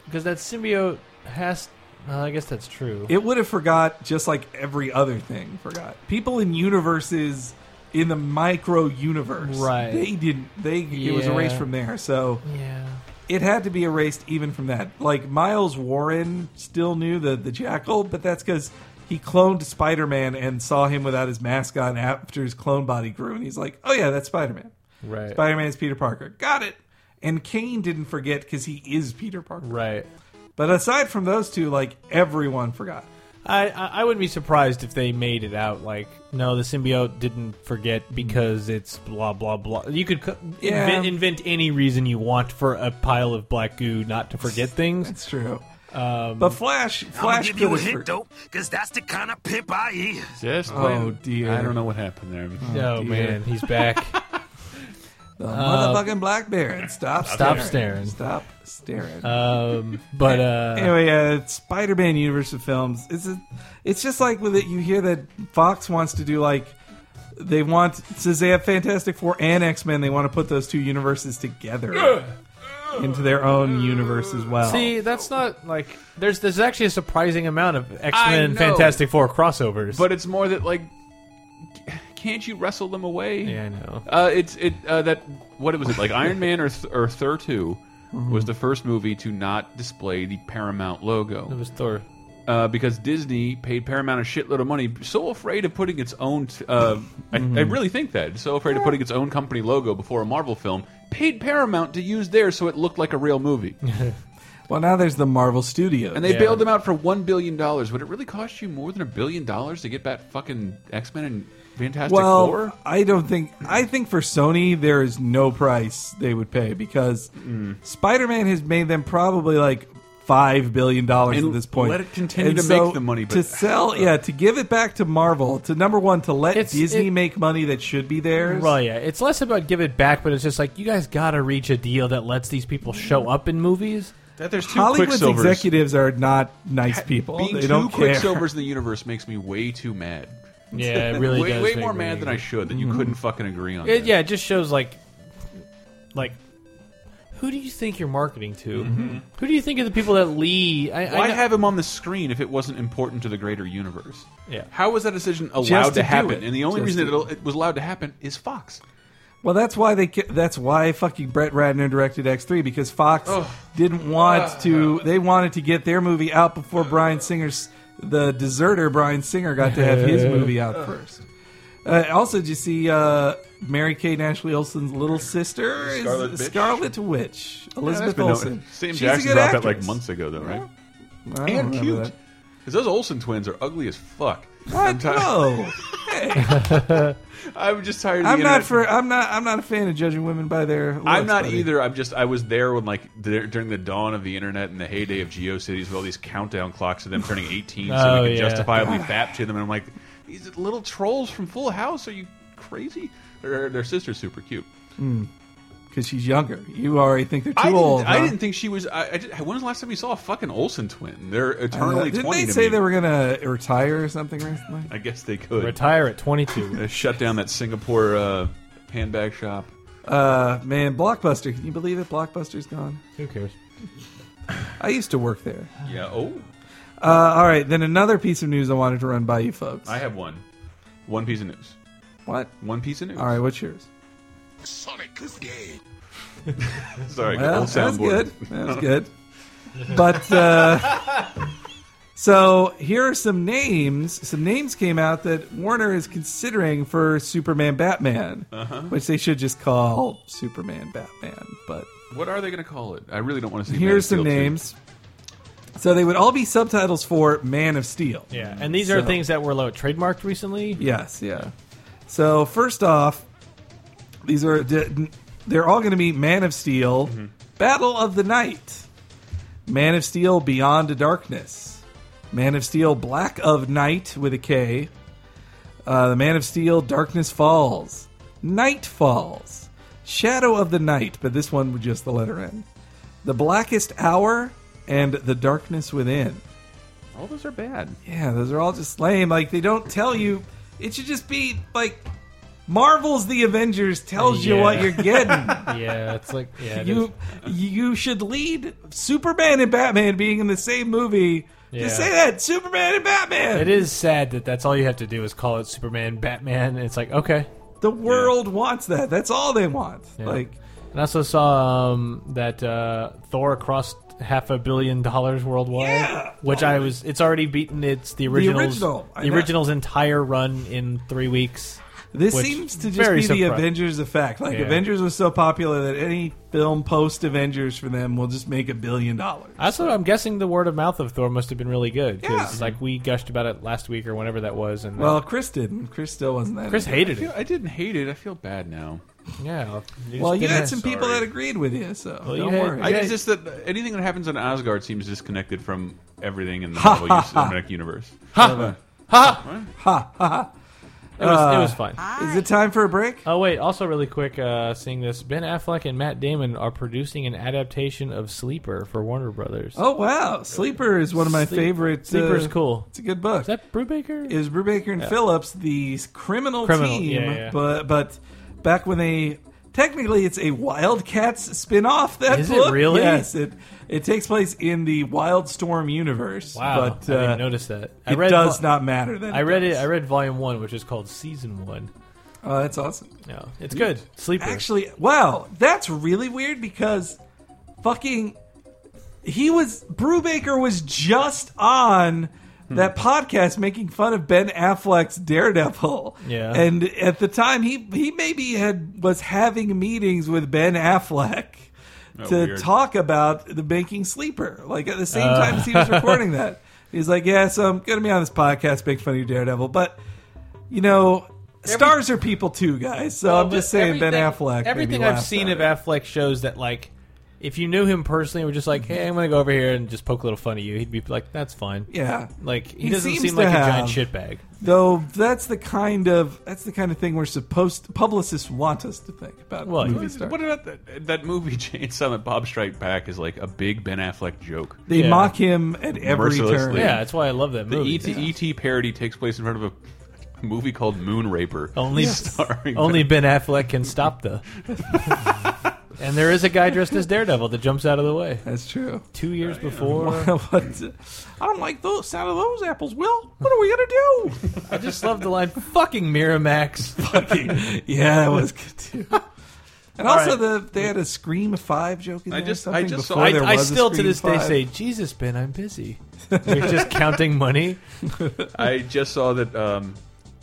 because that symbiote has. Well, I guess that's true.
It would have forgot just like every other thing forgot. People in universes in the micro universe.
Right.
They didn't they it was
Yeah.
erased from there. So
yeah.
it had to be erased even from that. Like Miles Warren still knew the the jackal, but that's cuz he cloned Spider-Man and saw him without his mask on after his clone body grew and he's like, "Oh yeah, that's Spider-Man."
Right.
Spider-Man's Peter Parker. Got it. And Kane didn't forget cuz he is Peter Parker.
right.
But aside from those two, like everyone forgot.
I, I I wouldn't be surprised if they made it out like no the symbiote didn't forget because it's blah blah blah you could co-
Mm. Yeah.
invent, invent any reason you want for a pile of black goo not to forget things
That's true. but Flash, Flash
I'll give you a
could've
hint,
heard-
though, because that's the kind of pimp I is.
Just
Oh, dear.
I don't know what happened there.
oh,
dear.
man he's back
The motherfucking Black Baron. Stop,
Uh, Stop staring.
Stop staring.
um, but uh,
anyway, uh, Spider-Man universe of films. It's a, it's just like with it. You hear that Fox wants to do like they want since they have Fantastic Four and X Men. They want to put those two universes together into their own universe as well.
see that's not like there's there's actually a surprising amount of X
I
Men
know.
and Fantastic Four crossovers
But it's more that like, can't you wrestle them away?
yeah I know
Uh, it's it uh, that what was it like Iron Man or th- or Thor two
Mm-hmm.
was the first movie to not display the Paramount
it
logo
was Thor
uh, because Disney paid Paramount a shitload of money. So afraid of putting its own, t- uh, I, I
Mm-hmm.
really think that so afraid of putting its own company logo before a Marvel film. Paid Paramount to use theirs so it looked like a real movie,
well, now there's the Marvel Studios.
and they
Yeah.
bailed them out for one billion dollars. Would it really cost you more than a billion dollars to get that fucking X Men and Fantastic
well,
Four?
I don't think. I think for Sony, there is no price they would pay because
Mm.
Spider Man has made them probably like five billion dollars
And
at this point.
let it continue
And
to
so
make the money, but-
to sell, yeah, to give it back to Marvel to number one to let
It's-
Disney
it-
make money that should be theirs.
Well, yeah, it's less about give it back, but it's just like you guys gotta reach a deal that lets these people show up in movies.
That there's two
Hollywood's
Quicksilvers.
executives are not nice people.
Being
they
two
don't care.
Quicksilvers in the universe makes me way too mad.
Yeah, it really
way,
does.
way
make
more
me
mad than I
angry.
should that
Mm-hmm.
you couldn't fucking agree on.
It,
that.
yeah, it just shows like, like, who do you think you're marketing to? Who do you think are the people that Lee? I,
Why
I know-
have him on the screen if it wasn't important to the greater universe?
Yeah.
How was that decision
Just
allowed
to do
to happen?
it.
And the only
Just
reason
to-
it, it was allowed to happen is Fox.
Well, that's why they. ca- That's why fucking Brett Ratner directed X three because Fox
Oh.
didn't want
Ah.
to. They wanted to get their movie out before Brian Singer's the deserter Brian Singer got to have his movie out first. Uh, also, did you see uh, Mary Kate and Ashley Olsen's little sister, is
Scarlet Witch?
Scarlet Witch, Elizabeth Olsen?
Sam
She's
Jackson
a good
dropped
actress.
that like months ago, though, right?
I don't
And
remember
cute.
that.
Because those Olsen twins are ugly as fuck. I'm,
What?
ti-
No,
I'm just tired. Of the
I'm not
internet.
for. I'm not. I'm not a fan of judging women by their.
I'm
looks,
not
buddy.
either. I'm just I was there when like there, during the dawn of the internet and the heyday of GeoCities with all these countdown clocks of them turning 18, so
Oh,
we could
yeah.
justifiably bap to them. And I'm like, these little trolls from Full House, are you crazy? Their, their sister's super cute.
because she's younger. You already think they're too
I didn't,
old.
I
huh?
didn't think she was. I, I just, when was the last time you saw a fucking Olsen twin?
I
They're
don't know.
eternally
Didn't
20
they
to
say
me.
they were gonna retire or something recently?
I guess they could
retire at 22.
They shut down that Singapore uh, handbag shop.
Uh, man, Blockbuster. Can you believe it? Blockbuster's gone.
who cares?
I used to work there.
Yeah. Oh,
Uh, all right, then another piece of news I wanted to run by you folks.
I have one. One piece of news.
what?
One piece of news.
All right, what's yours?
Sonic is dead.
Sorry.
Well,
old
that was
soundboard.
good. That was good. But uh, So here are some names. Some names came out that Warner is considering for Superman Batman,
Uh-huh.
which they should just call Superman Batman. But
What are they going to call it? I really don't want to see. Man of
here's some
Steel 2.
names. So they would all be subtitles for Man of Steel.
Yeah, and these
So-
are things that were like, trademarked recently.
Yes, yeah. So first off, these are they're all going to be Man of Steel, Battle of the Night, Man of Steel Beyond Darkness, Man of Steel Black of Night with a K, uh, the Man of Steel Darkness Falls, Night Falls, Shadow of the Night, but this one with just the letter N, the Blackest Hour, and the Darkness Within.
All those are bad.
Yeah, those are all just lame. Like they don't tell you. It should just be like Marvel's The Avengers tells you
Yeah.
what you're getting.
Yeah, it's like yeah, it is.
you you should lead Superman and Batman being in the same movie. Just
Yeah.
say that Superman and Batman.
It is sad that that's all you have to do is call it Superman, Batman. And it's like okay.
The world wants that. That's all they want. Like
And I also saw um, that uh, Thor crossed half a billion dollars worldwide,
Yeah!
which I was. It's already beaten its the original's
original, I
the
know.
original's entire run in three weeks.
this
Which-
seems to just
very
be the
surprised.
Avengers effect. Like
Yeah.
Avengers was so popular that any film post Avengers for them will just make a billion dollars.
Also, I'm guessing the word of mouth of Thor must have been really good because
Yeah.
like we gushed about it last week or whenever that was, and uh,
Well, Chris didn't. Chris still wasn't that.
Chris
into it.
I,
hated
feel,
it.
I didn't hate it. I feel bad now.
Yeah.
Well, you
just
had
didn't-
some people that agreed with you, so
Well, you
don't
had-
worry.
I, it's just that anything that happens on Asgard seems disconnected from everything in the Marvel u- cinematic universe. uh,
Ha! It was,
Uh,
it was fun.
Is it time for a break?
Oh wait! Also, really quick, uh, seeing this, Ben Affleck and Matt Damon are producing an adaptation of Sleeper for Warner Brothers.
Oh wow, Sleeper is one of my
Sleep-
favorite.
Sleeper's
uh,
cool.
It's a good book.
Is that Brubaker?
Is Brubaker and Phillips the s- criminal,
Criminal,
team?
yeah, yeah.
But but back when they technically it's a Wildcats spin-off. That
Is it
book.
really?
Yes, it it takes place in the Wildstorm universe.
wow,
but
I
uh,
didn't notice that. I
it
read
does
vo-
not matter. That
I read
does.
it. I read Volume One, which is called Season One.
Oh, that's awesome.
Yeah, it's good. Sleeper.
Actually, wow, that's really weird because fucking he was Brubaker was just on that podcast making fun of Ben Affleck's Daredevil.
Yeah.
And at the time he he maybe had was having meetings with Ben Affleck
Oh,
to
weird.
talk about the making sleeper. Like at the same time as he was recording that. He's like, Yeah, so I'm gonna be on this podcast making fun of your Daredevil, but you know, stars are people too, guys. So I'm just saying Ben Affleck. made me
Everything
laugh
I've seen
at
of
it.
Affleck shows that like. If you knew him personally, and were just like, "Hey, I'm gonna go over here and just poke a little fun at you," he'd be like, "That's fine."
yeah,
Like he,
He
doesn't
seems
seem
to
like a giant
have-
shitbag.
though that's the kind of that's the kind of thing we're supposed publicists want us to think about.
Well,
movie
what-
stars.
What about that, that movie Chainsaw that Bob Strike Back is like a big Ben Affleck joke?
They
yeah.
mock him at every turn.
Mercilessly.
Yeah, that's why I love that
The E
E
movie.
ET, ET parody takes place in front of a movie called Moonraper.
Only-
starring
Only
Ben-
Ben Affleck can stop the. and there is a guy dressed as Daredevil that jumps out of the way.
That's true.
Two years before,
But, uh, I don't like the sound of those apples, Will. What are we gonna do?
I just love the line "fucking Miramax."
Fucking yeah, that was good too. And also,
right.
the they had a Scream Five joke in
I
there.
just- I
something
just saw-
before
I,
there
I
was a
still to
Scream
this day
5.
say, "Jesus, Ben, I'm busy." You're just counting money.
I just saw that um,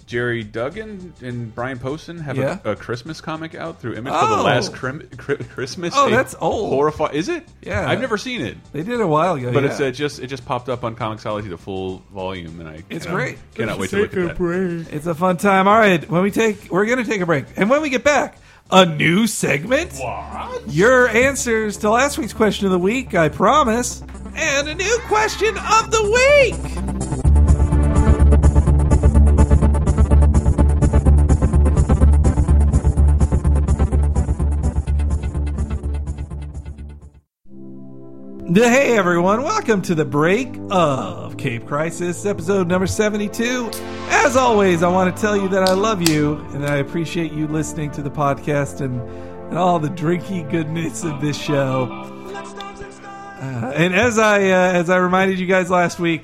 Jerry Duggan and Brian Poston have
Yeah.
a, a Christmas comic out through Image for the
Oh.
last crim- cri- Christmas.
Oh,
A
that's old.
Horrifying. Is it?
Yeah.
I've never seen it.
they did it a while ago,
But
yeah.
it's uh, just it just popped up on Comixology the full volume, and I
It's
cannot-
great.
Cannot wait to look at that.
It's a fun time. All right, when we take, we're gonna take a break, and when we get back, a new segment. Your answers to last week's question of the week, I promise, and a new question of the week. Hey everyone, welcome to the break of Cape Crisis, episode number 72. As always, I want to tell you that I love you and that I appreciate you listening to the podcast and, and all the drinky goodness of this show. Uh, and as I uh, as I reminded you guys last week,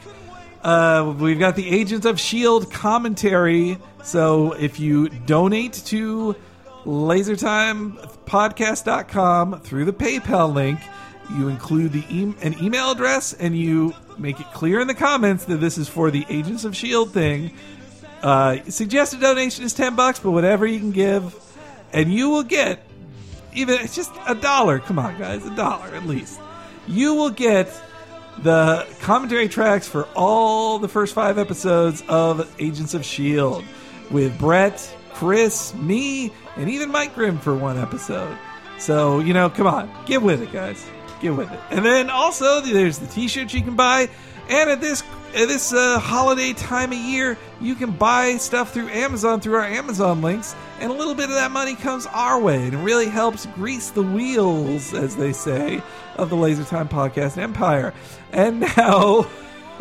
uh, we've got the Agents of Shield E commentary. So if you donate to LaserTimePodcast.com through the PayPal link, you include the e- an email address and you make it clear in the comments that this is for the Agents of Shield E thing. Uh, suggested donation is ten bucks, but whatever you can give, and you will get even it's just a dollar. Come on, guys, a dollar at least. You will get the commentary tracks for all the first five episodes of Agents of S.H.I.E.L.D. E with Brett, Chris, me, and even Mike Grimm for one episode. So, you know, come on, get with it, guys. Get with it. And then also, there's the t shirts you can buy. And at this at this uh, holiday time of year, you can buy stuff through Amazon through our Amazon links, and a little bit of that money comes our way, and it really helps grease the wheels, as they say, of the Laser Time Podcast Empire. And now,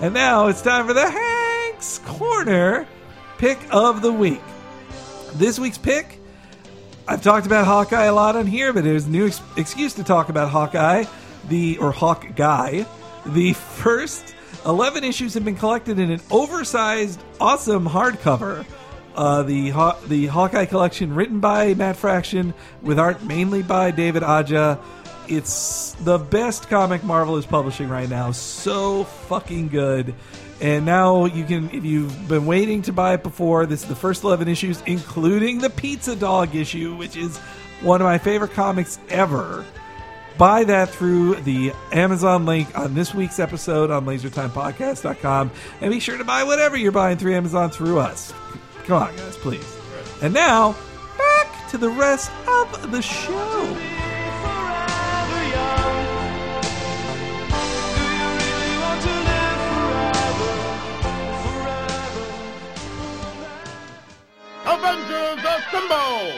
and now it's time for the Hank's Corner pick of the week. This week's pick I've talked about Hawkeye a lot on here, but there's a new ex- excuse to talk about Hawkeye, the or Hawk Guy. The first 11 issues have been collected in an oversized, awesome hardcover. Uh, the Haw- the Hawkeye collection, written by Matt Fraction, with art mainly by David Aja. It's the best comic Marvel is publishing right now. So fucking good. And now you can, if you've been waiting to buy it before, this is the first 11 issues, including the Pizza Dog issue, which is one of my favorite comics ever. Buy that through the Amazon link on this week's episode on lasertimepodcast.com. And be sure to buy whatever you're buying through Amazon through us. Come on, guys, please. And now, back to the rest of the show.
Avengers Assemble!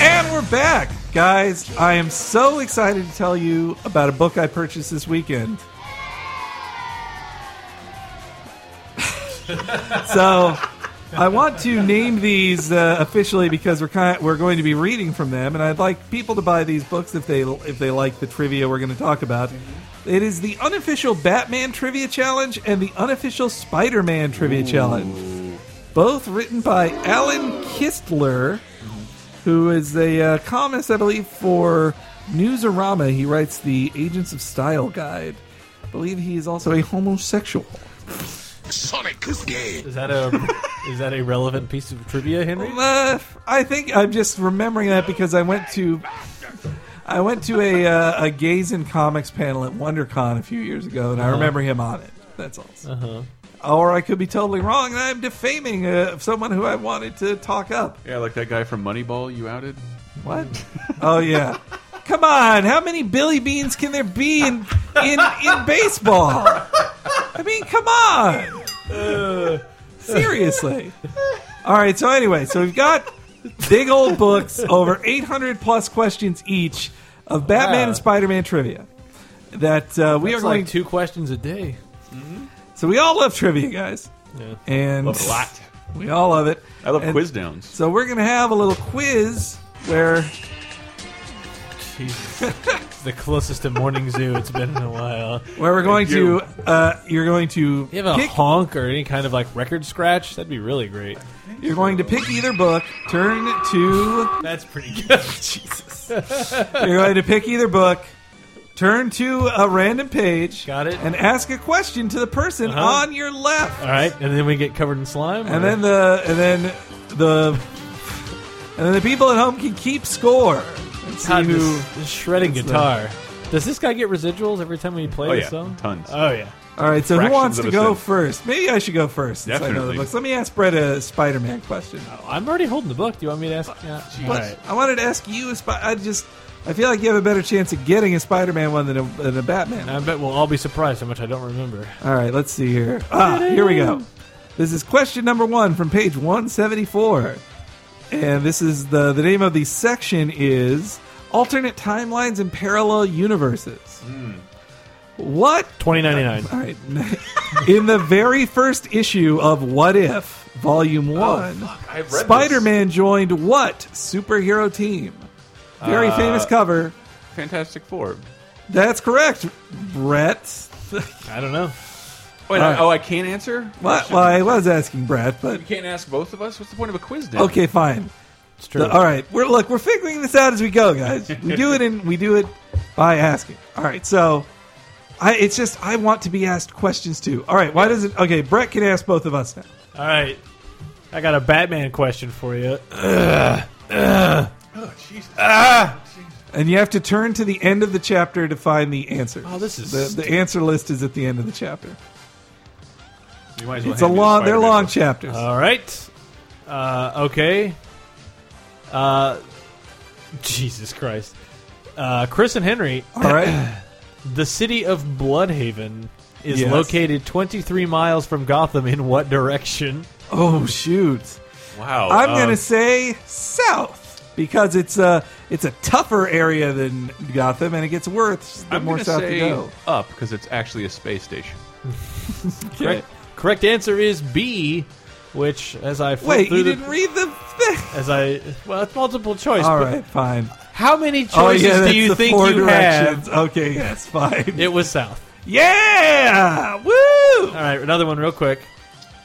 And we're back, guys. I am so excited to tell you about a book I purchased this weekend. so, I want to name these uh, officially because we're kind we're going to be reading from them, and I'd like people to buy these books if they if they like the trivia we're going to talk about. It is the unofficial Batman trivia challenge and the unofficial Spider-Man trivia challenge, both written by Alan Kistler who is a uh, columnist, I believe, for Newsarama. He writes the Agents of Style guide. I believe he is also a homosexual.
Sonic is gay.
Is that a is that a relevant piece of trivia, Henry?
Uh, I think I'm just remembering that because I went to I went to a uh, a Gays in Comics panel at WonderCon a few years ago, and I remember him on it. That's all. Or I could be totally wrong, and I'm defaming uh, someone who I wanted to talk up.
Yeah, like that guy from Moneyball you outed.
What? Oh yeah. Come on, how many Billy Beans can there be in in, in baseball? I mean, come on. Seriously. All right, so anyway, so we've got big old books over 800 plus questions each of Batman
Wow.
and Spider-Man trivia. That uh, we
It's
are going
like two questions a day.
So we all love trivia, guys.
Yeah.
And
Love it a lot.
we all love it.
I love
And
quiz downs.
So we're going to have a little quiz where
Jesus. It's the closest to morning zoo it's been in a while.
where we're going
you.
to uh, you're going to
You have a
pick,
honk or any kind of like record scratch? That'd be really great.
you're going to pick either book turn to
That's pretty good. Jesus.
you're going to pick either book turn to a random page
Got it.
and ask a question to the person
Uh-huh.
on your left
All right, and then we get covered in slime.
and then the and then the and then the people at home can keep score and see
God,
who
this, this shredding
It's the-
guitar. Does this guy get residuals every time we play
Oh
this
yeah,
song?
tons.
Oh yeah.
All right, so who
Fractions
wants
of
to
a
go
cent.
first? Maybe I should go first. since I know the
Definitely.
books. Let me ask Brett a Spider-Man question.
Oh, I'm already holding the book. Do you want me to ask? Yeah. All
But
right.
I wanted to ask you. a Spi- I just I feel like you have a better chance of getting a Spider-Man one than a, than a Batman.
I bet we'll all be surprised how much I don't remember.
All right, let's see here. Ah, here we go. This is question number one from page 174. And this is the, the name of the section is Alternate Timelines and Parallel Universes. What?
Twenty ninety nine.
All right. In the very first issue of What If, Volume One,
I've Oh, read this.
Spider Man joined what superhero team? Very
Uh,
famous cover.
Fantastic Four.
That's correct, Brett.
I don't know.
Wait,
All
I-
right.
oh, I can't answer.
Well, well, I was asking Brett, but
You can't ask both of us. What's the point of a quiz? Now?
okay, fine.
It's true.
all right, we're look, we're figuring this out as we go, guys. We do it and we do it by asking. All right, so I it's just I want to be asked questions too. All right, why does it? Okay, Brett can ask both of us now.
All right. I got a Batman question for you.
Oh, Jesus.
And you have to turn to the end of the chapter to find the answer.
Oh, this is
the, the answer list is at the end of the chapter.
You might as well
It's a
hand me the
long, they're
Spider-Man
long
book.
chapters.
All right. Uh, okay. Uh, Jesus Christ. Uh, Chris and Henry,
all right,
the city of Bloodhaven is
Yes.
located 23 miles from Gotham in what direction?
oh shoot,
Wow.
I'm
uh,
gonna say south because it's a it's a tougher area than Gotham, and it gets worse the
I'm
more
gonna
south
say
you go.
up because it's actually a space station.
Correct, correct answer is B, which as I flip
Wait,
through
you
the,
didn't read the thing.
as I well, it's multiple choice.
All
but
right, Oh, fine.
How many choices do you think you have?
Okay, yes, fine.
It was south.
yeah, woo!
All right, another one real quick.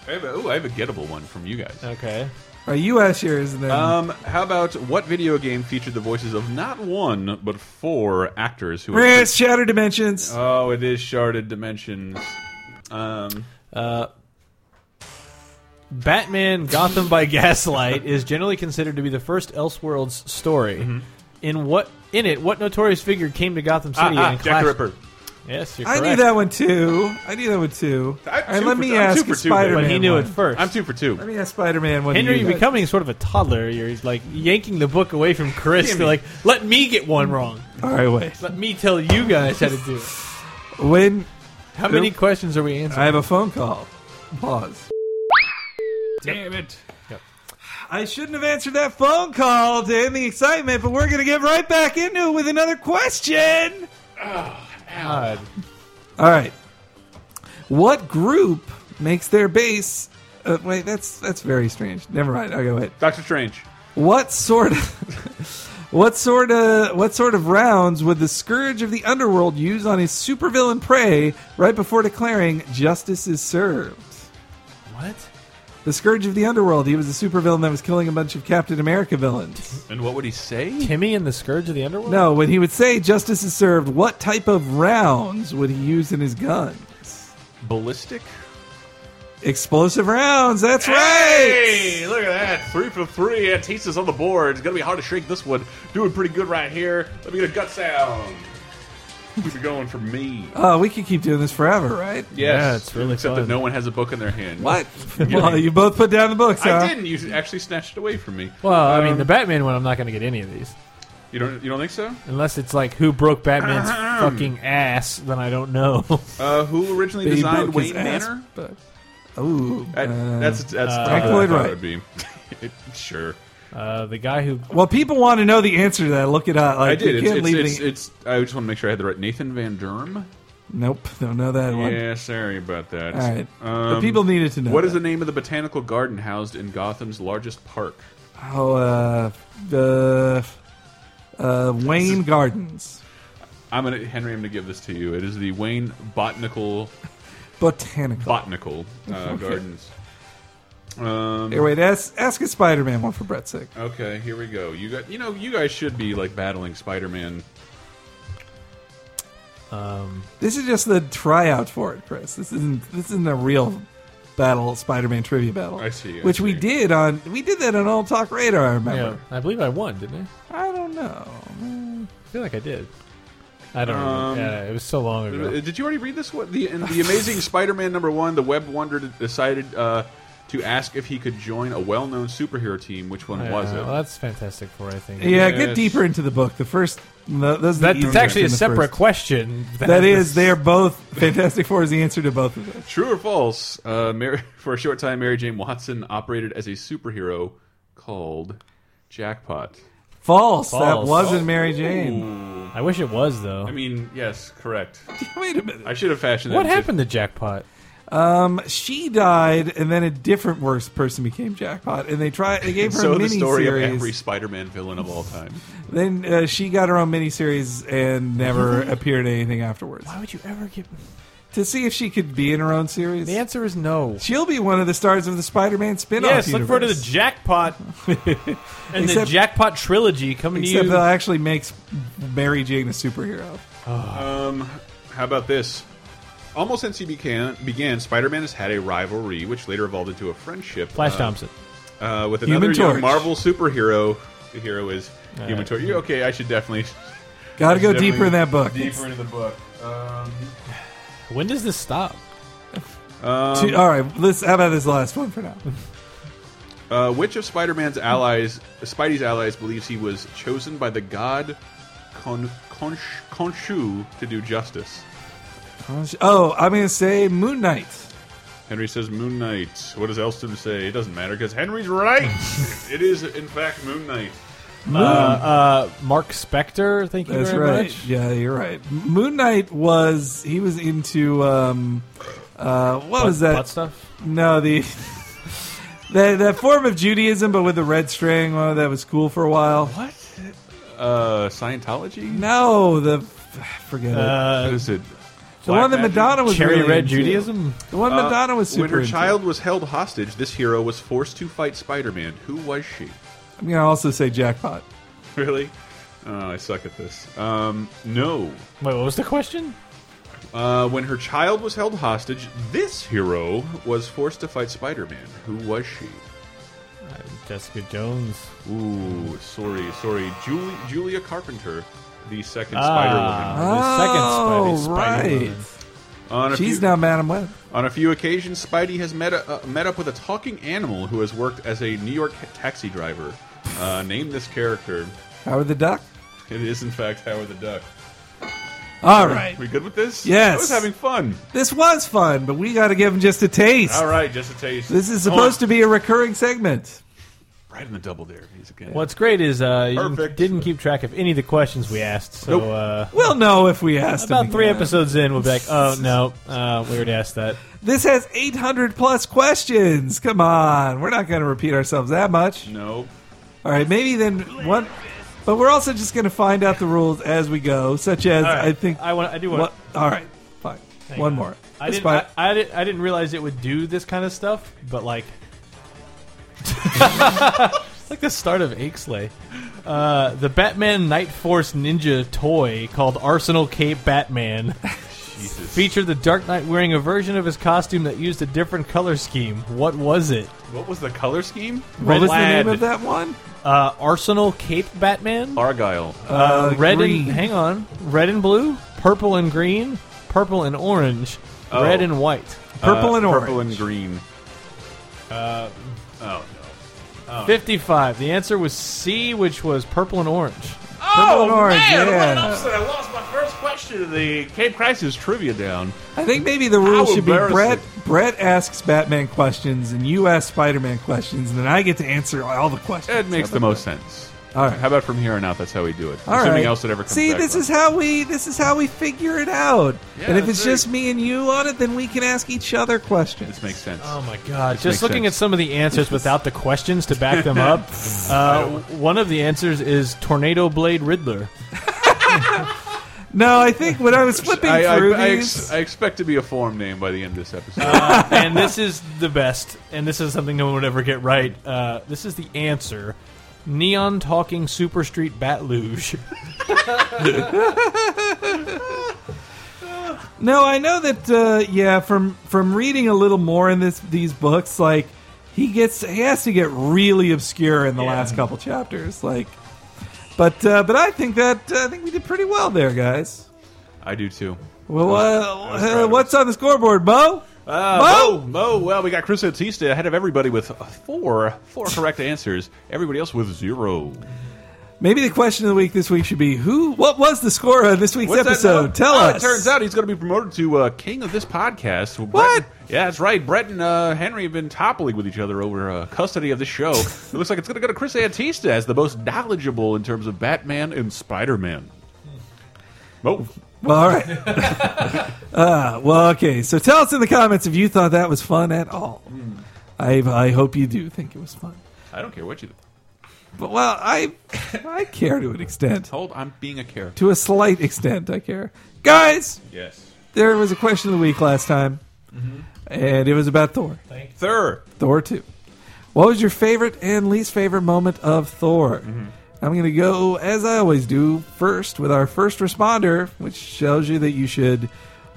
I have a, ooh, I have a gettable one from you guys.
Okay.
All right, you ask yours, and then
Uh,
Um, how about what video game featured the voices of not one but four actors who?
Rest Shattered Dimensions.
Oh, it is Sharded Dimensions. Um,
Uh, Batman Gotham by Gaslight is generally considered to be the first Elseworlds story.
Mm-hmm.
In what in it, what notorious figure came to Gotham
ah,
City
ah,
and
Jack
clashed-
the Ripper.
Yes, you're
I
correct.
knew that one too. I knew that one too.
I'm
All right,
two
let
for-
me
I'm two
ask
for two,
Spider-Man.
but he knew
one.
it first.
I'm two for
Let
two.
me ask Spider-Man one. to
Henry,
you
you're
guys.
becoming sort of a toddler. You're like yanking the book away from Chris. to like, let me get one wrong.
All right, wait.
Let me tell you guys how to do it.
When
How many questions are we answering?
I have a phone call. Pause. Damn it.
Yep.
I shouldn't have answered that phone call to end the excitement, but we're going to get right back into it with another question.
Ah,
God.
All right. What group makes their base? Uh, wait, that's that's very strange. Never mind. Okay, wait.
Doctor Strange.
What sort of what sort of what sort of rounds would the scourge of the underworld use on his supervillain prey right before declaring justice is served?
What?
The Scourge of the Underworld. He was a supervillain that was killing a bunch of Captain America villains.
And what would he say?
Timmy and the Scourge of the Underworld?
No, when he would say justice is served, what type of rounds would he use in his gun?
Ballistic.
Explosive rounds, that's right!
Hey, look at that. Three for three. Antista's on the board. It's going to be hard to shake this one. Doing pretty good right here. Let me get a gut sound. Keep it going for me.
Oh, we could keep doing this forever, right?
Yeah, it's really
Except
fun.
that no one has a book in their hand.
What? well, you both put down the books, huh?
I didn't. You actually snatched it away from me.
Well, I
Um,
mean, the Batman one, I'm not going to get any of these.
You don't. You don't think so?
Unless it's like who broke Batman's
Uh-huh.
fucking ass, then I don't know.
Uh, who originally
They
designed
broke
Wayne
his ass,
Manor?
but- Ooh.
That-
uh,
that's that's
Frank
what I
Lloyd
thought
Wright.
It would be. It- sure.
Uh, the guy who
well, people want to know the answer to that. Look it up. Like,
I did.
You
It's,
can't
it's,
leave
it's,
it. in-
it's- I just want to make sure I had the right Nathan Van Derm.
Nope, don't know that one.
Yeah, sorry about that.
All right. but
Um,
people needed to know.
What is
that.
the name of the botanical garden housed in Gotham's largest park?
Oh, uh, the uh, Wayne Gardens
I'm gonna Henry. I'm gonna give this to you. It is the Wayne Botanical
Botanical.
Botanical uh, Gardens. Um,
Here, wait, ask, ask a Spider-Man one for Brett's sake.
okay, here we go. You got. You know, you guys should be like battling Spider-Man.
This is just the tryout for it, Chris. This isn't this isn't a real battle, Spider-Man trivia battle.
I see, I
which we
see.
did on we did that on All Talk Radar. I
Yeah,
remember.
I believe I won, didn't I?
I don't know.
I feel like I did. I don't
Um,
remember. Yeah, it was so long ago.
Uh, Did you already read this one? The, in the Amazing Spider-Man number one, the Web Wonder d- decided uh, to ask if he could join a well-known superhero team. Which one
Yeah,
was it?
well, that's Fantastic Four, I think.
Yeah,
it's-
get deeper into the book. The first, the, those are the
That, it's
easiest
actually a
and the
separate
first.
question.
That is, they are both Fantastic Four is the answer to both of them.
True or false? Uh, Mary, for a short time, Mary Jane Watson operated as a superhero called Jackpot.
False. That
False. Oh.
wasn't Mary Jane.
I wish it was though.
I mean, yes, correct.
Wait a minute.
I should have fashioned.
what
that to-
happened to Jackpot?
Um, she died, and then a different worse person became Jackpot, and they tried. They gave her
So
a
the
mini
story of every
series.
Spider-Man villain of all time.
Then uh, she got her own mini series and never appeared in anything afterwards.
Why would you ever get?
To see if she could be in her own series.
The answer is no.
She'll be one of the stars of the Spider-Man spin-off
Yes, look
universe.
forward to the Jackpot and
Except-
the Jackpot trilogy coming to
Except
you.
they'll actually make Mary Jane a superhero.
Um, how about this? Almost since he began, began Spider-Man has had a rivalry, which later evolved into a friendship.
Flash
uh,
Thompson.
uh, with
Human
another young
Torch.
Marvel superhero. The hero is Human Torch. You- Okay, I should definitely
Got to go
definitely
deeper in that book. It's
Deeper into the book. Um,
When does this stop? Um,
too- all right, let's. How about this last one for now?
uh, which of Spider-Man's allies, Spidey's allies, believes he was chosen by the god Kon, Konsh, Khonshu to do justice?
Oh, I'm gonna say Moon Knight.
Henry says Moon Knight. What does Elston say? It doesn't matter because Henry's right. it is in fact Moon Knight.
Uh, uh, Mark Spector. Thank you
Hmm. That's
very
right.
much.
Yeah, you're right. M- Moon Knight was he was into um, uh, what was that?
Butt stuff?
No, the that that form of Judaism, but with the red string. Well, that was cool for a while.
What? Uh, Scientology?
No, the forget it.
What
Uh,
is it?
The one that
Black magic?
Madonna was
cherry
really
red
into.
Judaism. Uh,
The one Madonna was super
When her
into.
child was held hostage, this hero was forced to fight Spider-Man. Who was she?
I'm gonna also say jackpot.
Really? Oh, I suck at this. Um, no.
Wait, what was the question?
Uh, when her child was held hostage, this hero was forced to fight Spider-Man. Who was she?
Jessica Jones.
Ooh, sorry, sorry. Julie, Julia Carpenter, the second Spider-Woman.
Ah, the second
Oh,
Spidey. Spidey
right.
On a
She's
few-
now Madam Web.
On a few occasions, Spidey has met, uh, met up with a talking animal who has worked as a New York taxi driver. Uh, name this character.
Howard the Duck.
It is, in fact, Howard the Duck.
All right.
We good with this?
Yes.
I was having fun.
This was fun, but we got to give them just a taste.
All right, just a taste.
This is supposed to be a recurring segment.
Right in the double there. He's again.
What's great is uh, you
Perfect.
didn't keep track of any of the questions we asked. So
Nope.
uh,
We'll know if we asked them
about three
again.
episodes in, we'll be like, oh no, uh, we already asked that.
This has 800 plus questions. Come on, we're not going to repeat ourselves that much.
No.
All right, maybe then one. But we're also just going to find out the rules as we go, such as
All right.
I think.
I want. I do want.
what, all right, fine.
hang
one
on.
more.
I
That's
didn't.
fine.
I, I didn't. I didn't realize it would do this kind of stuff. But like, it's like the start of Akesley. Uh, the Batman Night Force Ninja toy called Arsenal Cape Batman
Jesus.
featured the Dark Knight wearing a version of his costume that used a different color scheme. What was it?
What was the color scheme?
what was the name
Red.
of that one?
Uh, Arsenal Cape Batman.
Argyle.
Uh, red
green.
and hang on, red and blue, purple and green, purple and orange, red and white.
Purple and orange.
Uh, Purple and green. Uh, oh,
Fifty-five. The answer was C, which was purple and orange.
Purple and orange.
Oh, Man,
yeah.
what an upset. I lost my first question of the Cape Crisis trivia down.
I think maybe the rule
How
should be Brett.
embarrassing.
Brett asks Batman questions, and you ask Spider-Man questions, and then I get to answer all the questions.
It makes the most sense.
All right.
How about from here on out? That's how we do it.
All
Assuming
right.
else that ever comes
See,
back
this
up.
is how we this is how we figure it out.
Yeah,
and if
that's
it's
right.
just me and you on it, then we can ask each other questions.
This makes sense.
Oh my God!
makes
Just looking
sense.
at some of the answers without the questions to back them up. Uh, one of the answers is tornado blade Riddler.
no, I think when I was flipping
I, I,
through
I,
these,
ex I expect to be a form name by the end of this episode.
and this is the best, and this is something no one would ever get right. Uh, this is the answer: neon talking Super Street Batluge.
no, I know that. Uh, yeah, from from reading a little more in this these books, like he gets he has to get really obscure in the last couple chapters, like. But uh, but I think that uh, I think we did pretty well there, guys.
I do too.
Well,
was proud
uh,
of
what's on the scoreboard, Bo?
Uh, Mo, Mo. Well, we got Chris Otista ahead of everybody with four four correct answers. Everybody else with zero.
Maybe the question of the week this week should be who? What was the score of this week's
What's that
episode?
now?
Tell
Oh,
us.
It turns out he's going to be promoted to uh, king of this podcast. Well,
What?
Brett- yeah, that's right. Brett and uh, Henry have been toppling with each other over uh, custody of the show. it looks like it's going to go to Chris Antista as the most knowledgeable in terms of Batman and Spider Man.
Hmm.
Mo,
Well, all right. uh, well, okay. So tell us in the comments if you thought that was fun at all. I I hope you do think it was fun.
I don't care what you think.
But well, I I care to an extent,
told. I'm being a character.
to a slight extent, I care. Guys,
Yes.
there was a question of the week last time, and it was about Thor.
Third.
Thor 2. What was your favorite and least favorite moment of Thor? I'm going to go, as I always do, first with our first responder, which shows you that you should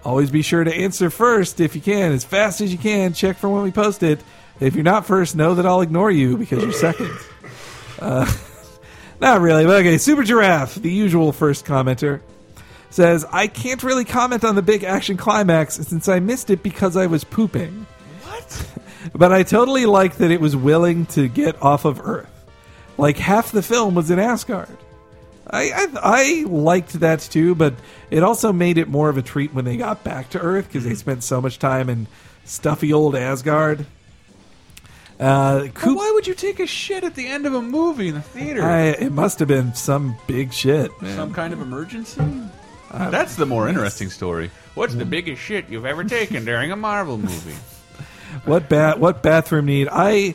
always be sure to answer first if you can, as fast as you can. Check for when we post it. If you're not first, know that I'll ignore you because you're second. Uh, not really, but okay. Super Giraffe, the usual first commenter says, I can't really comment on the big action climax since I missed it because I was pooping. What? but I totally like that it was willing to get off of Earth. Like half the film was in Asgard. I, I, I liked that too, but it also made it more of a treat when they got back to Earth because they spent so much time in stuffy old Asgard. Uh, Coop,
Why would you take a shit at the end of a movie in the theater?
I, it must have been some big shit. man.
Some kind of emergency? That's the more interesting story. What's the biggest shit you've ever taken during a Marvel movie?
What bat? What bathroom need? I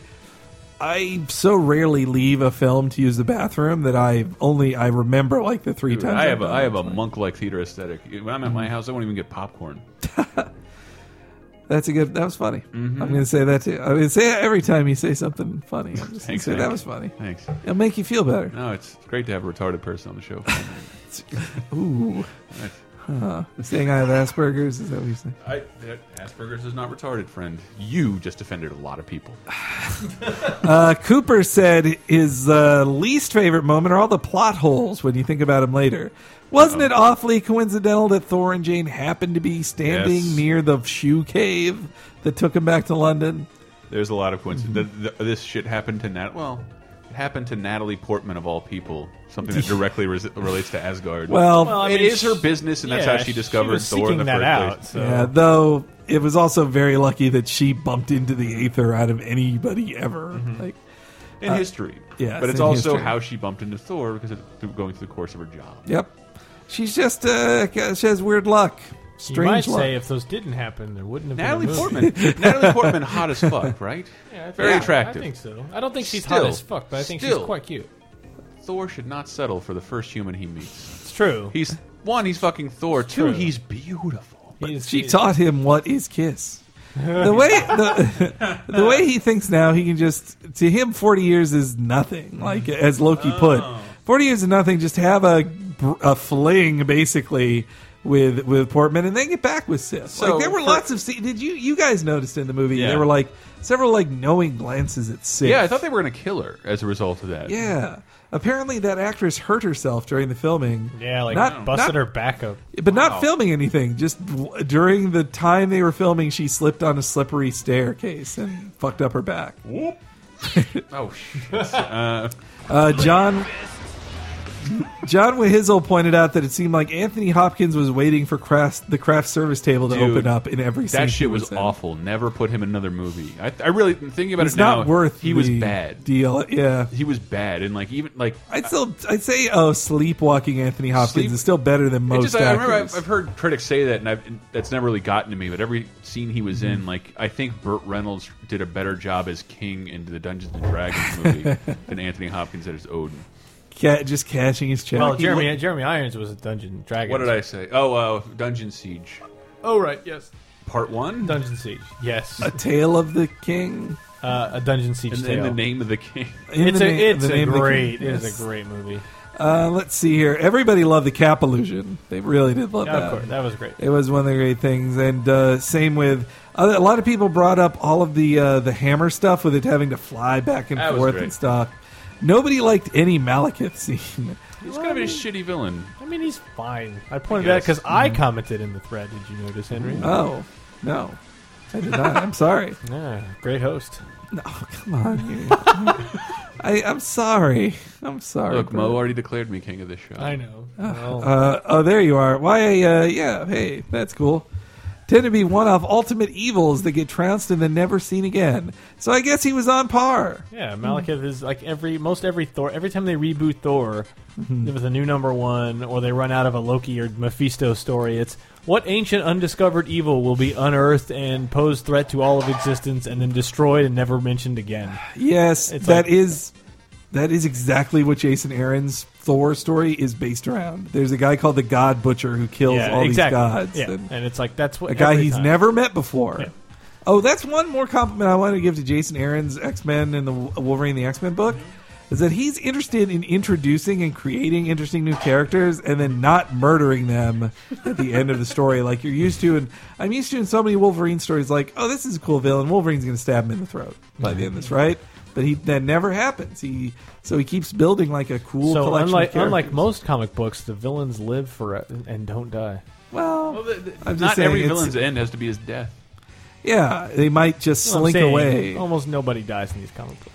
I so rarely leave a film to use the bathroom that I only I remember like the three times.
I have a,
I've
I have a
done it.
monk like theater aesthetic. When I'm at my house, I won't even get popcorn.
That's a good. That was funny.
Mm-hmm.
I'm going to say that too. I mean, say it every time you say something funny. I'm just going to
Thanks,
say
Hank.
that was funny.
Thanks.
It'll make you feel better.
No, it's great to have a retarded person on the show.
Ooh, saying I have Asperger's is that what you say?
I, that- Asperger's is not retarded, friend. You just offended a lot of people.
Uh, Cooper said his uh, least favorite moment are all the plot holes when you think about him later. Wasn't it awfully coincidental that Thor and Jane happened to be standing
Yes.
near the shoe cave that took him back to London?
There's a lot of coincidence. Th- th- this shit happened to Nat. Well, it happened to Natalie Portman of all people. Something that directly res relates to Asgard.
Well,
Well, I
it
mean,
is her
she-
business, and that's
yeah,
how she discovered
was
Thor in
seeking
the
that
first
out,
place.
so-
yeah, though it was also very lucky that she bumped into the Aether out of anybody ever.
Mm-hmm.
Like,
in uh, history.
yes,
but it's
in
also
history.
how she bumped into Thor because of through going through the course of her job.
yep, she's just uh, she has weird luck,
You
strange
might
luck.
say if those didn't happen, there wouldn't have
Natalie
been a movie.
Portman, Natalie Portman, hot as fuck, right?
Yeah, I think-
Very
yeah,
attractive.
I think so. I don't think she's
Still-
hot as fuck, but I think
still.
she's quite cute.
Thor should not settle for the first human he meets.
It's true.
He's one, he's fucking Thor. Two,
true.
he's beautiful.
He is-
She
he-
taught him what is kiss. The way the, the way he thinks now, he can just to him forty years is nothing. Like as Loki put,
Oh.
forty years is nothing. Just have a br- a fling basically with with Portman, and then get back with Sif.
So,
like there were
for-
lots of sce- did you you guys noticed in the movie
Yeah.
there were like several like knowing glances at Sif.
Yeah, I thought they were gonna kill her as a result of that.
yeah. Apparently that actress hurt herself during the filming.
Yeah, like
Not-
busted
not-
her back up.
but not filming anything. Just w- during the time they were filming, she slipped on a slippery staircase and fucked up her back.
Whoop. oh shit.
Uh, John John Wahizel pointed out that it seemed like Anthony Hopkins was waiting for craft, the craft service table to
Dude,
open up in every. scene
That
he
shit was
in.
awful. Never put him in another movie. I, I really thinking about
It's
it now.
not worth.
He was
the
bad.
Deal. Yeah.
He was bad, and like even like
I'd still I'd say oh sleepwalking Anthony Hopkins
Sleep-
is still better than
It
most
just- I remember
actors.
I've, I've heard critics say that, and I've, and that's never really gotten to me. But every scene he was in, like I think Burt Reynolds did a better job as King in the Dungeons and Dragons movie than Anthony Hopkins as Odin.
Ca- just cashing his check.
Well,
He
Jeremy Jeremy Irons was a Dungeon Dragon.
What did I say? Oh, uh, Dungeon Siege,
Oh right, yes.
Part One.
Dungeon Siege. Yes.
looked- Tale of the King.
Uh, a Dungeon Siege
and then
tale.
the name of the king.
In
it's
the
a
na-
it's
the
a
name of the king.
great it is
Yes.
a great movie.
Uh, let's see here. Everybody loved the cap illusion. They really did love
Yeah,
that.
of course, that was great.
It was one of the great things. And uh, same with other, a lot of people brought up all of the uh, the hammer stuff with it having to fly back and
That was
forth
great.
and stuff. Nobody liked any Malekith scene.
He's kind of a shitty villain.
I mean, he's fine. I pointed out because I commented in the thread. Did you notice, Henry?
Oh no, I did not. I'm sorry.
yeah, great host.
No, come on. You. I, I'm sorry. I'm sorry.
Look,
bro.
Mo already declared me king of this show.
I know. Well,
Uh, oh, there you are. Why? Uh, yeah. Hey, that's cool. Tend to be one-off ultimate evils that get trounced and then never seen again. So I guess he was on par.
yeah, Malekith is like every most every Thor. Every time they reboot Thor
Mm-hmm.
with a new number one, or they run out of a Loki or Mephisto story, it's what ancient undiscovered evil will be unearthed and pose threat to all of existence, and then destroyed and never mentioned again.
Yes, that
It's
is
like-
that is exactly what Jason Aaron's Thor story is based around. There's a guy called the God Butcher who kills
Yeah,
all
exactly.
these gods.
Yeah,
and
and, it's like that's what
a guy
every
he's
time.
never met before.
Yeah.
Oh, that's one more compliment I want to give to Jason Aaron's X Men and the Wolverine the X Men book is that he's interested in introducing and creating interesting new characters and then not murdering them at the end of the story like you're used to. And I'm used to in so many Wolverine stories, like, oh, this is a cool villain. Wolverine's going to stab him in the throat by the end of this,
Mm-hmm.
right? But he that never happens. He so he keeps building like a cool
So
collection.
unlike
of characters.
unlike most comic books, the villains live for uh, and don't die.
well,
Well, the- the-
I'm just
not
saying
every
it's-
villain's end has to be his death.
yeah, they might just
I'm
slink
saying,
away.
Almost nobody dies in these comic books.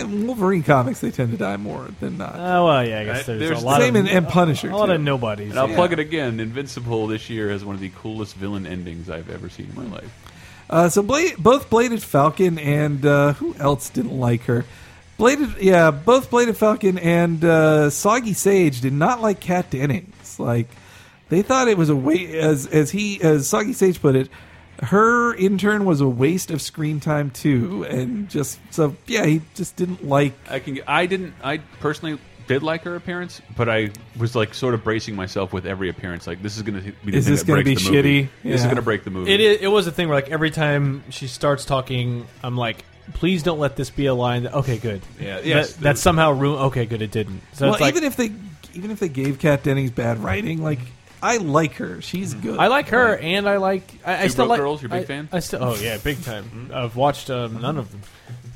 In Wolverine comics, they tend to die more than not.
Oh well, yeah, I guess
Uh,
there's,
there's
a
the
lot
Same
of
in and Punisher.
a lot
too.
of nobodies.
And I'll
Yeah.
plug it again. Invincible this year has one of the coolest villain endings I've ever seen in
Hmm.
my life.
Uh, so Bla- both Bladed Falcon and uh, who else didn't like her? Bladed, yeah, both Bladed Falcon and uh, Soggy Sage did not like Kat Dennings. Like they thought it was a waste, as as he as Soggy Sage put it, her intern was a waste of screen time too, and just so yeah, he just didn't like.
I can. I didn't. I personally did like her appearance, but I was like sort of bracing myself with every appearance. Like this is going to be. The
Is
thing
this
that
gonna
breaks
be
the movie.
shitty?
This is
Yeah.
going to break the movie.
It is, it was a thing where like every time she starts talking, I'm like, please don't let this be a line. That, okay, good.
Yeah, yes.
that, that somehow ruined. Okay, good. It didn't. So
well,
it's like,
even if they even if they gave Kat Dennings bad writing, like I like her, she's good.
Mm-hmm. I like her, and I like I, I
Two
still
Broke
like
Girls, you're a big
I-
fan?
I still oh yeah, big time. I've watched um, none of them,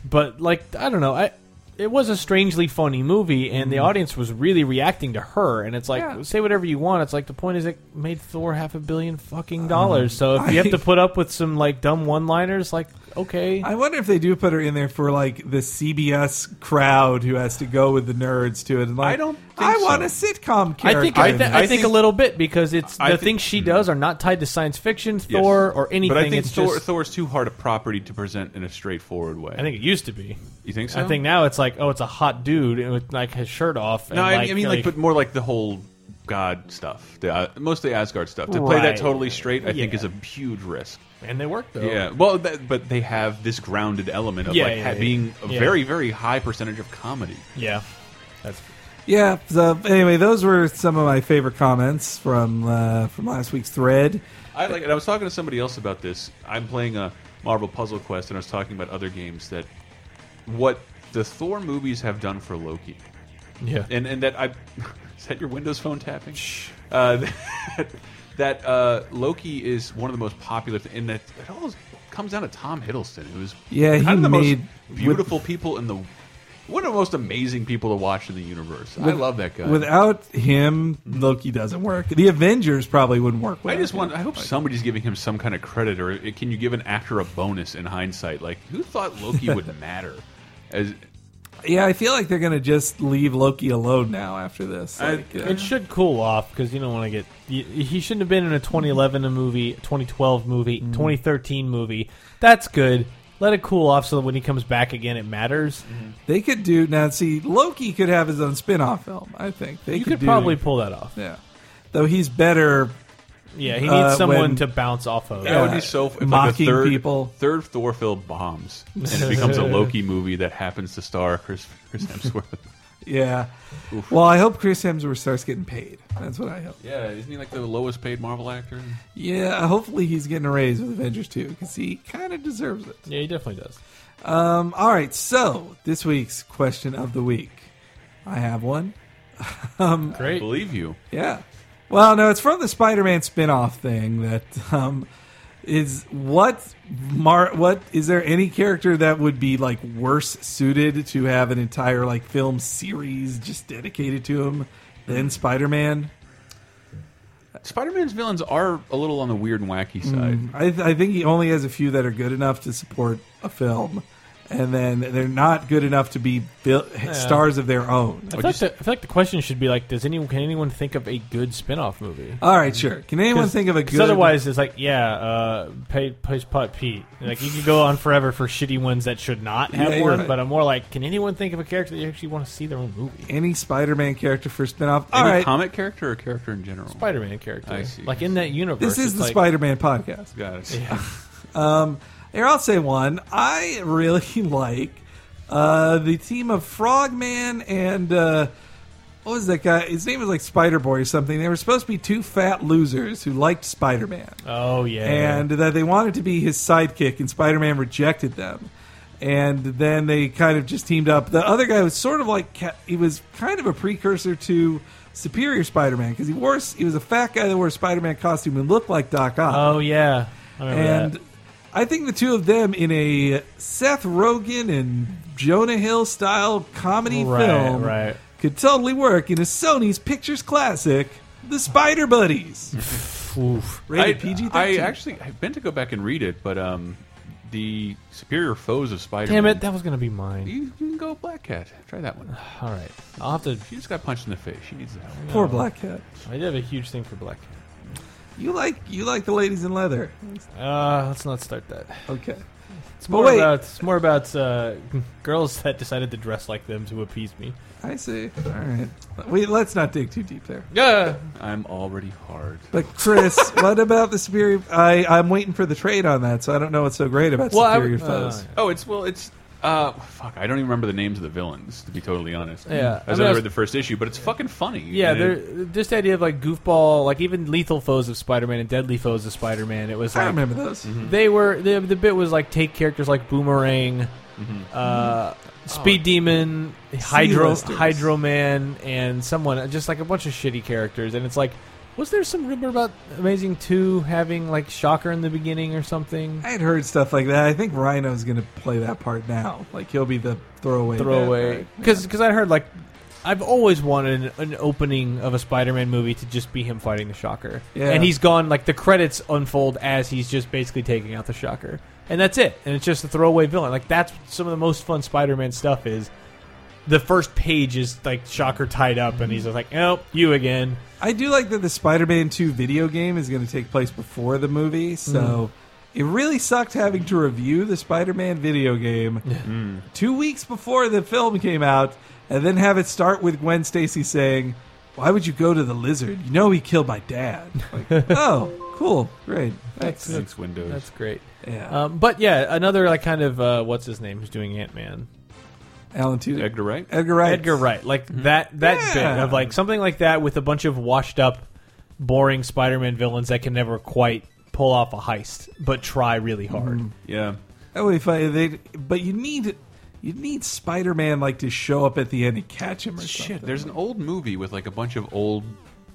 but like I don't know. I it was a strangely funny movie, and
Mm-hmm.
the audience was really reacting to her. And it's like
Yeah.
say whatever you want. It's like the point is it made Thor half a billion fucking dollars.
Um,
so if you
I-
have to put up with some like dumb one liners, like okay,
I wonder if they do put her in there for like the CBS crowd who has to go with the nerds to it. And like,
I don't think
I want a
so.
sitcom character.
I think I,
in
th- I,
there.
think a little bit because it's
I
the
think-
things she does are not tied to science fiction,
Yes.
Thor, or anything.
But I think
it's
Thor,
just,
Thor's too hard a property to present in a straightforward way.
I think it used to be.
you think so.
I think now it's like, oh, it's a hot dude with like his shirt off. And
No, I,
like,
I mean like, but more like the whole god stuff, the, uh, mostly Asgard stuff. To play that
Right.
totally straight, I think,
Yeah.
is a huge risk.
and they work though.
Yeah, well, that, but they have this grounded element of
Yeah,
like
yeah,
ha-
yeah.
being a
Yeah.
very, very high percentage of comedy.
yeah. That's
yeah. So anyway, those were some of my favorite comments from uh, from last week's thread.
I like, and I was talking to somebody else about this. I'm playing a Marvel Puzzle Quest, and I was talking about other games that what the Thor movies have done for Loki,
yeah.
and and that I is that your Windows phone tapping? Uh, that that uh, Loki is one of the most popular, th and that it all comes down to Tom Hiddleston, who's
Yeah, he
kind of the
made-
most beautiful people in the one of the most amazing people to watch in the universe. I love that guy.
Without him, Loki doesn't work. The Avengers probably wouldn't work.
I
without
just
him.
want. I hope somebody's giving him some kind of credit, or it- can you give an actor a bonus in hindsight? Like, who thought Loki would matter? As
Yeah, I feel like they're gonna just leave Loki alone now after this.
I-
Like, uh,
It should cool off because you don't want to get. He, he shouldn't have been in a 2011 a movie, 2012 movie,
Mm.
2013 movie. That's good. Let it cool off so that when he comes back again, it matters.
they could do now. See, Loki could have his own spin-off film. I think they
You could
do-
probably pull that off.
Yeah, though he's better
Yeah, he needs
Uh,
someone
when-
to bounce off of.
that would
Yeah.
be so. If like the
Mocking
third,
people.
Third Thor film bombs, and it becomes a Loki movie that happens to star Chris, Chris Hemsworth.
Yeah. Well, I hope Chris Hemsworth starts getting paid. That's what I hope.
yeah, isn't he like the lowest paid Marvel actor?
Yeah, hopefully he's getting a raise with Avengers 2 because he kind of deserves it.
Yeah, he definitely does.
Um, all right, so this week's question of the week. I have one.
I
Great.
believe you.
Yeah. Well, no, it's from the Spider Man spin off thing that um, is what Mar what is there any character that would be like worse suited to have an entire like film series just dedicated to him than Spider-Man?
Spider-Man's villains are a little on the weird and
Mm.
wacky side.
I, th- I think he only has a few that are good enough to support a film, and then they're not good enough to be bil- stars of their own.
I feel, like the, I feel like the question should be like, does anyone can anyone think of a good spin-off movie?
All right, sure. Can anyone think of a
Because
good?
otherwise, it's like, yeah, uh, pay, push putt Pete. Like you could go on forever for shitty ones that should not have
Yeah, you're
one.
right.
But I'm more like, can anyone think of a character that you actually want to see their own movie?
any Spider-Man character for spinoff? All
Any
right,
comic character or character in general?
Spider-Man character,
I see.
like in that universe.
this is
it's
the
like,
Spider-Man podcast.
Got it.
Um, here I'll say one. I really like uh, the team of Frogman and uh, what was that guy? His name was like Spider Boy or something. They were supposed to be two fat losers who liked Spider Man
Oh yeah,
and that they wanted to be his sidekick, and Spider Man rejected them. And then they kind of just teamed up. The other guy was sort of like Ca- he was kind of a precursor to Superior Spider Man because he wore s- he was a fat guy that wore a Spider Man costume and looked like Doc Ock.
oh yeah. I remember
and
that.
I think the two of them in a Seth Rogen and Jonah Hill style comedy
Right,
film
right.
could totally work in a Sony's Pictures classic, The Spider Buddies.
Oof.
Rated
I-
PG-13.
I actually I meant to go back and read it, but um, the superior foes of Spider-Man.
Damn it, that was gonna be mine.
You you can go Black Cat. Try that one.
All right, I'll have to.
She just got punched in the face. She needs the help.
Poor Black Cat.
I did have a huge thing for Black. Cat.
You like you like the ladies in leather.
Uh, let's not start that.
Okay.
It's
But
more
wait.
about it's more about uh, girls that decided to dress like them to appease me.
I see. All right. We let's not dig too deep there.
Yeah.
I'm already hard.
But Chris, what about the superior? I I'm waiting for the trade on that, so I don't know what's so great about
Well, I
superior
would-
foes.
Oh, it's well, it's uh, fuck. I don't even remember the names of the villains to be totally honest.
Yeah. I
as I,
mean, I was-
read the first issue, but it's fucking funny.
Yeah,
And
they're,
it-
just the idea of like goofball, like even lethal foes of Spider-Man and deadly foes of Spider-Man. It was
I
like
remember those.
Mm-hmm.
they were the, the bit was like take characters like Boomerang, uh,
Mm-hmm.
Speed
Oh,
Demon, Hydro
C-listers.
Hydro Man, and someone just like a bunch of shitty characters. And it's like, was there some rumor about Amazing Two having like Shocker in the beginning or something?
I had heard stuff like that. I think Rhino's going to play that part now. Like he'll be the throwaway. bad
Throwaway
guy.
because I heard like. I've always wanted an, an opening of a Spider-Man movie to just be him fighting the Shocker,
Yeah.
and he's gone like the credits unfold as he's just basically taking out the Shocker, and that's it. And it's just a throwaway villain. Like that's some of the most fun Spider-Man stuff is. The first page is like Shocker tied up, and he's just like, "Nope, you again."
I do like that the Spider-Man 2 video game is going to take place before the movie, so
Hmm.
it really sucked having to review the Spider-Man video game
Hmm.
two weeks before the film came out, and then have it start with Gwen Stacy saying, "Why would you go to the lizard? You know he killed my dad." Like, oh, cool, great, thanks.
Thanks, Windows.
That's great.
Yeah,
Um, but yeah, another like kind of uh, what's his name who's doing Ant Man.
Alan Tudyk,
Edgar Wright.
Edgar Wright,
Edgar Wright, like that that
Yeah.
bit of like something like that with a bunch of washed up, boring Spider-Man villains that can never quite pull off a heist, but try really hard.
yeah.
That would be funny. They, but you need you need Spider Man like to show up at the end and catch him or
Shit,
something.
there's an old movie with like a bunch of old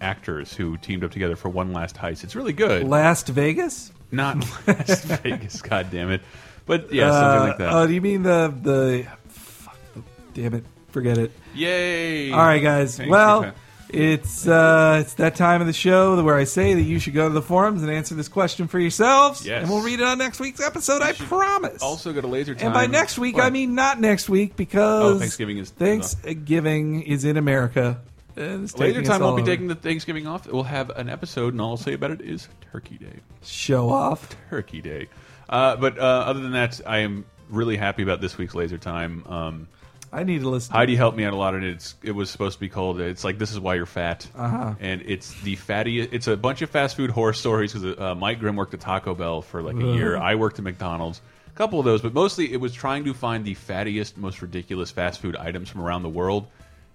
actors who teamed up together for one last heist. It's really good.
Last Vegas.
Not Las Vegas, god damn it. But yeah, something like that.
Uh, Oh, do you mean the the? Fuck, the damn it, forget it.
Yay!
All right, guys.
Thanks,
well,
Japan.
it's uh, it's that time of the show where I say that you should go to the forums and answer this question for yourselves.
Yes.
and we'll read it on next week's episode. I
should
promise.
also go to Laser Time.
And by next week,
What?
I mean not next week because
Oh, Thanksgiving is-
Thanksgiving is in America. and it's
Laser
taking us
Time,
all
I'll be
over.
taking the Thanksgiving off. We'll have an episode, and all I'll say about it is Turkey Day.
show off.
Turkey Day. Uh, but uh, other than that, I am really happy about this week's Laser Time. Um,
I need to listen.
Heidi helped me out a lot, and it's it was supposed to be called. It's like this is why you're fat, uh-huh. and it's the fatty. It's a bunch of fast food horror stories because uh, Mike Grimm worked at Taco Bell for like a year. I worked at McDonald's, a couple of those, but mostly it was trying to find the fattiest, most ridiculous fast food items from around the world.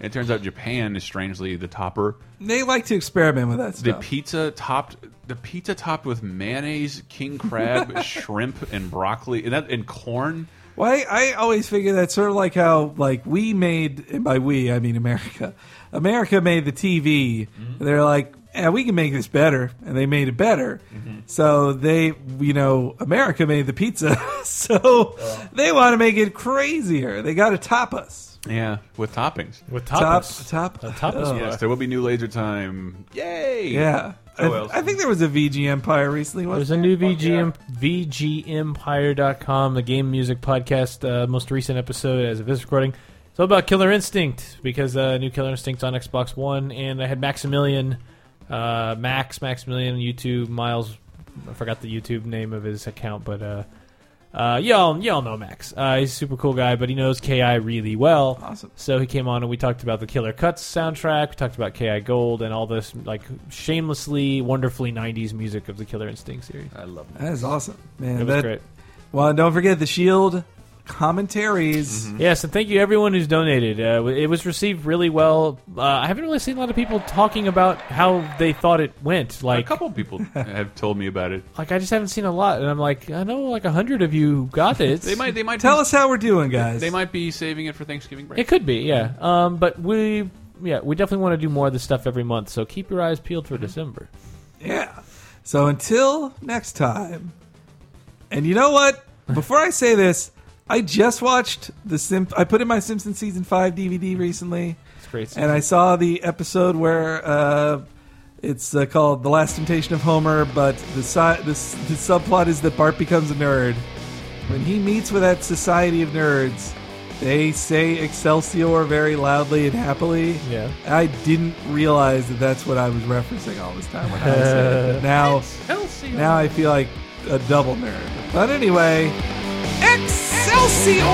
And it turns out Japan is strangely the topper.
They like to experiment with that
The
stuff.
pizza topped the pizza topped with mayonnaise, king crab, shrimp, and broccoli, and that and corn.
Why I always figure that's sort of like how like we made and by we I mean America. America made the TV. They're like yeah, we can make this better, and they made it better. So they, you know, America made the pizza, so they want to make it crazier. They got to top us,
Yeah, with toppings.
with
top,
tapas.
top,
A tapas
Oh,
Yes, there will be new laser time. Yay!
yeah.
Oh,
I-
well.
I, think there was a VG Empire recently.
There's
Was
a new VGM, VGEmpire.com, the game music podcast. Uh, most recent episode, as of this recording, it's all about Killer Instinct because uh, new Killer Instinct's on Xbox One, and I had Maximilian, uh, Max, Maximilian, YouTube, Miles. I forgot the YouTube name of his account, but uh, uh, y'all, y'all know Max. Uh, he's a super cool guy, but he knows Ki really well.
Awesome.
So he came on and we talked about the Killer Cuts soundtrack. We talked about Ki Gold and all this like shamelessly, wonderfully '90s music of the Killer Instinct series.
I love that.
that is awesome, man.
It was
that,
great.
Well, and don't forget the Shield commentaries.
Yes, and thank you everyone who's donated. Uh, it was received really well. Uh, I haven't really seen a lot of people talking about how they thought it went.
A
Like,
couple people have told me about it.
like I just haven't seen a lot, and I'm like, I know like a hundred of you got it.
They might. They might
Tell
be,
us how we're doing, guys.
They might be saving it for Thanksgiving break.
It could be, yeah. Um, but we, yeah, we definitely want to do more of this stuff every month. So keep your eyes peeled for December.
Yeah. So until next time. And you know what? Before I say this, I just watched the Simp. I put in my Simpsons season five DVD recently,
It's great.
and I saw the episode where uh, it's uh, called "The Last Temptation of Homer," but the si- the, s- the subplot is that Bart becomes a nerd. When he meets with that society of nerds, they say "Excelsior" very loudly and happily.
Yeah.
I didn't realize that that's what I was referencing all this time when I said it. But Now, now I feel like a double nerd. But anyway, Excelsior!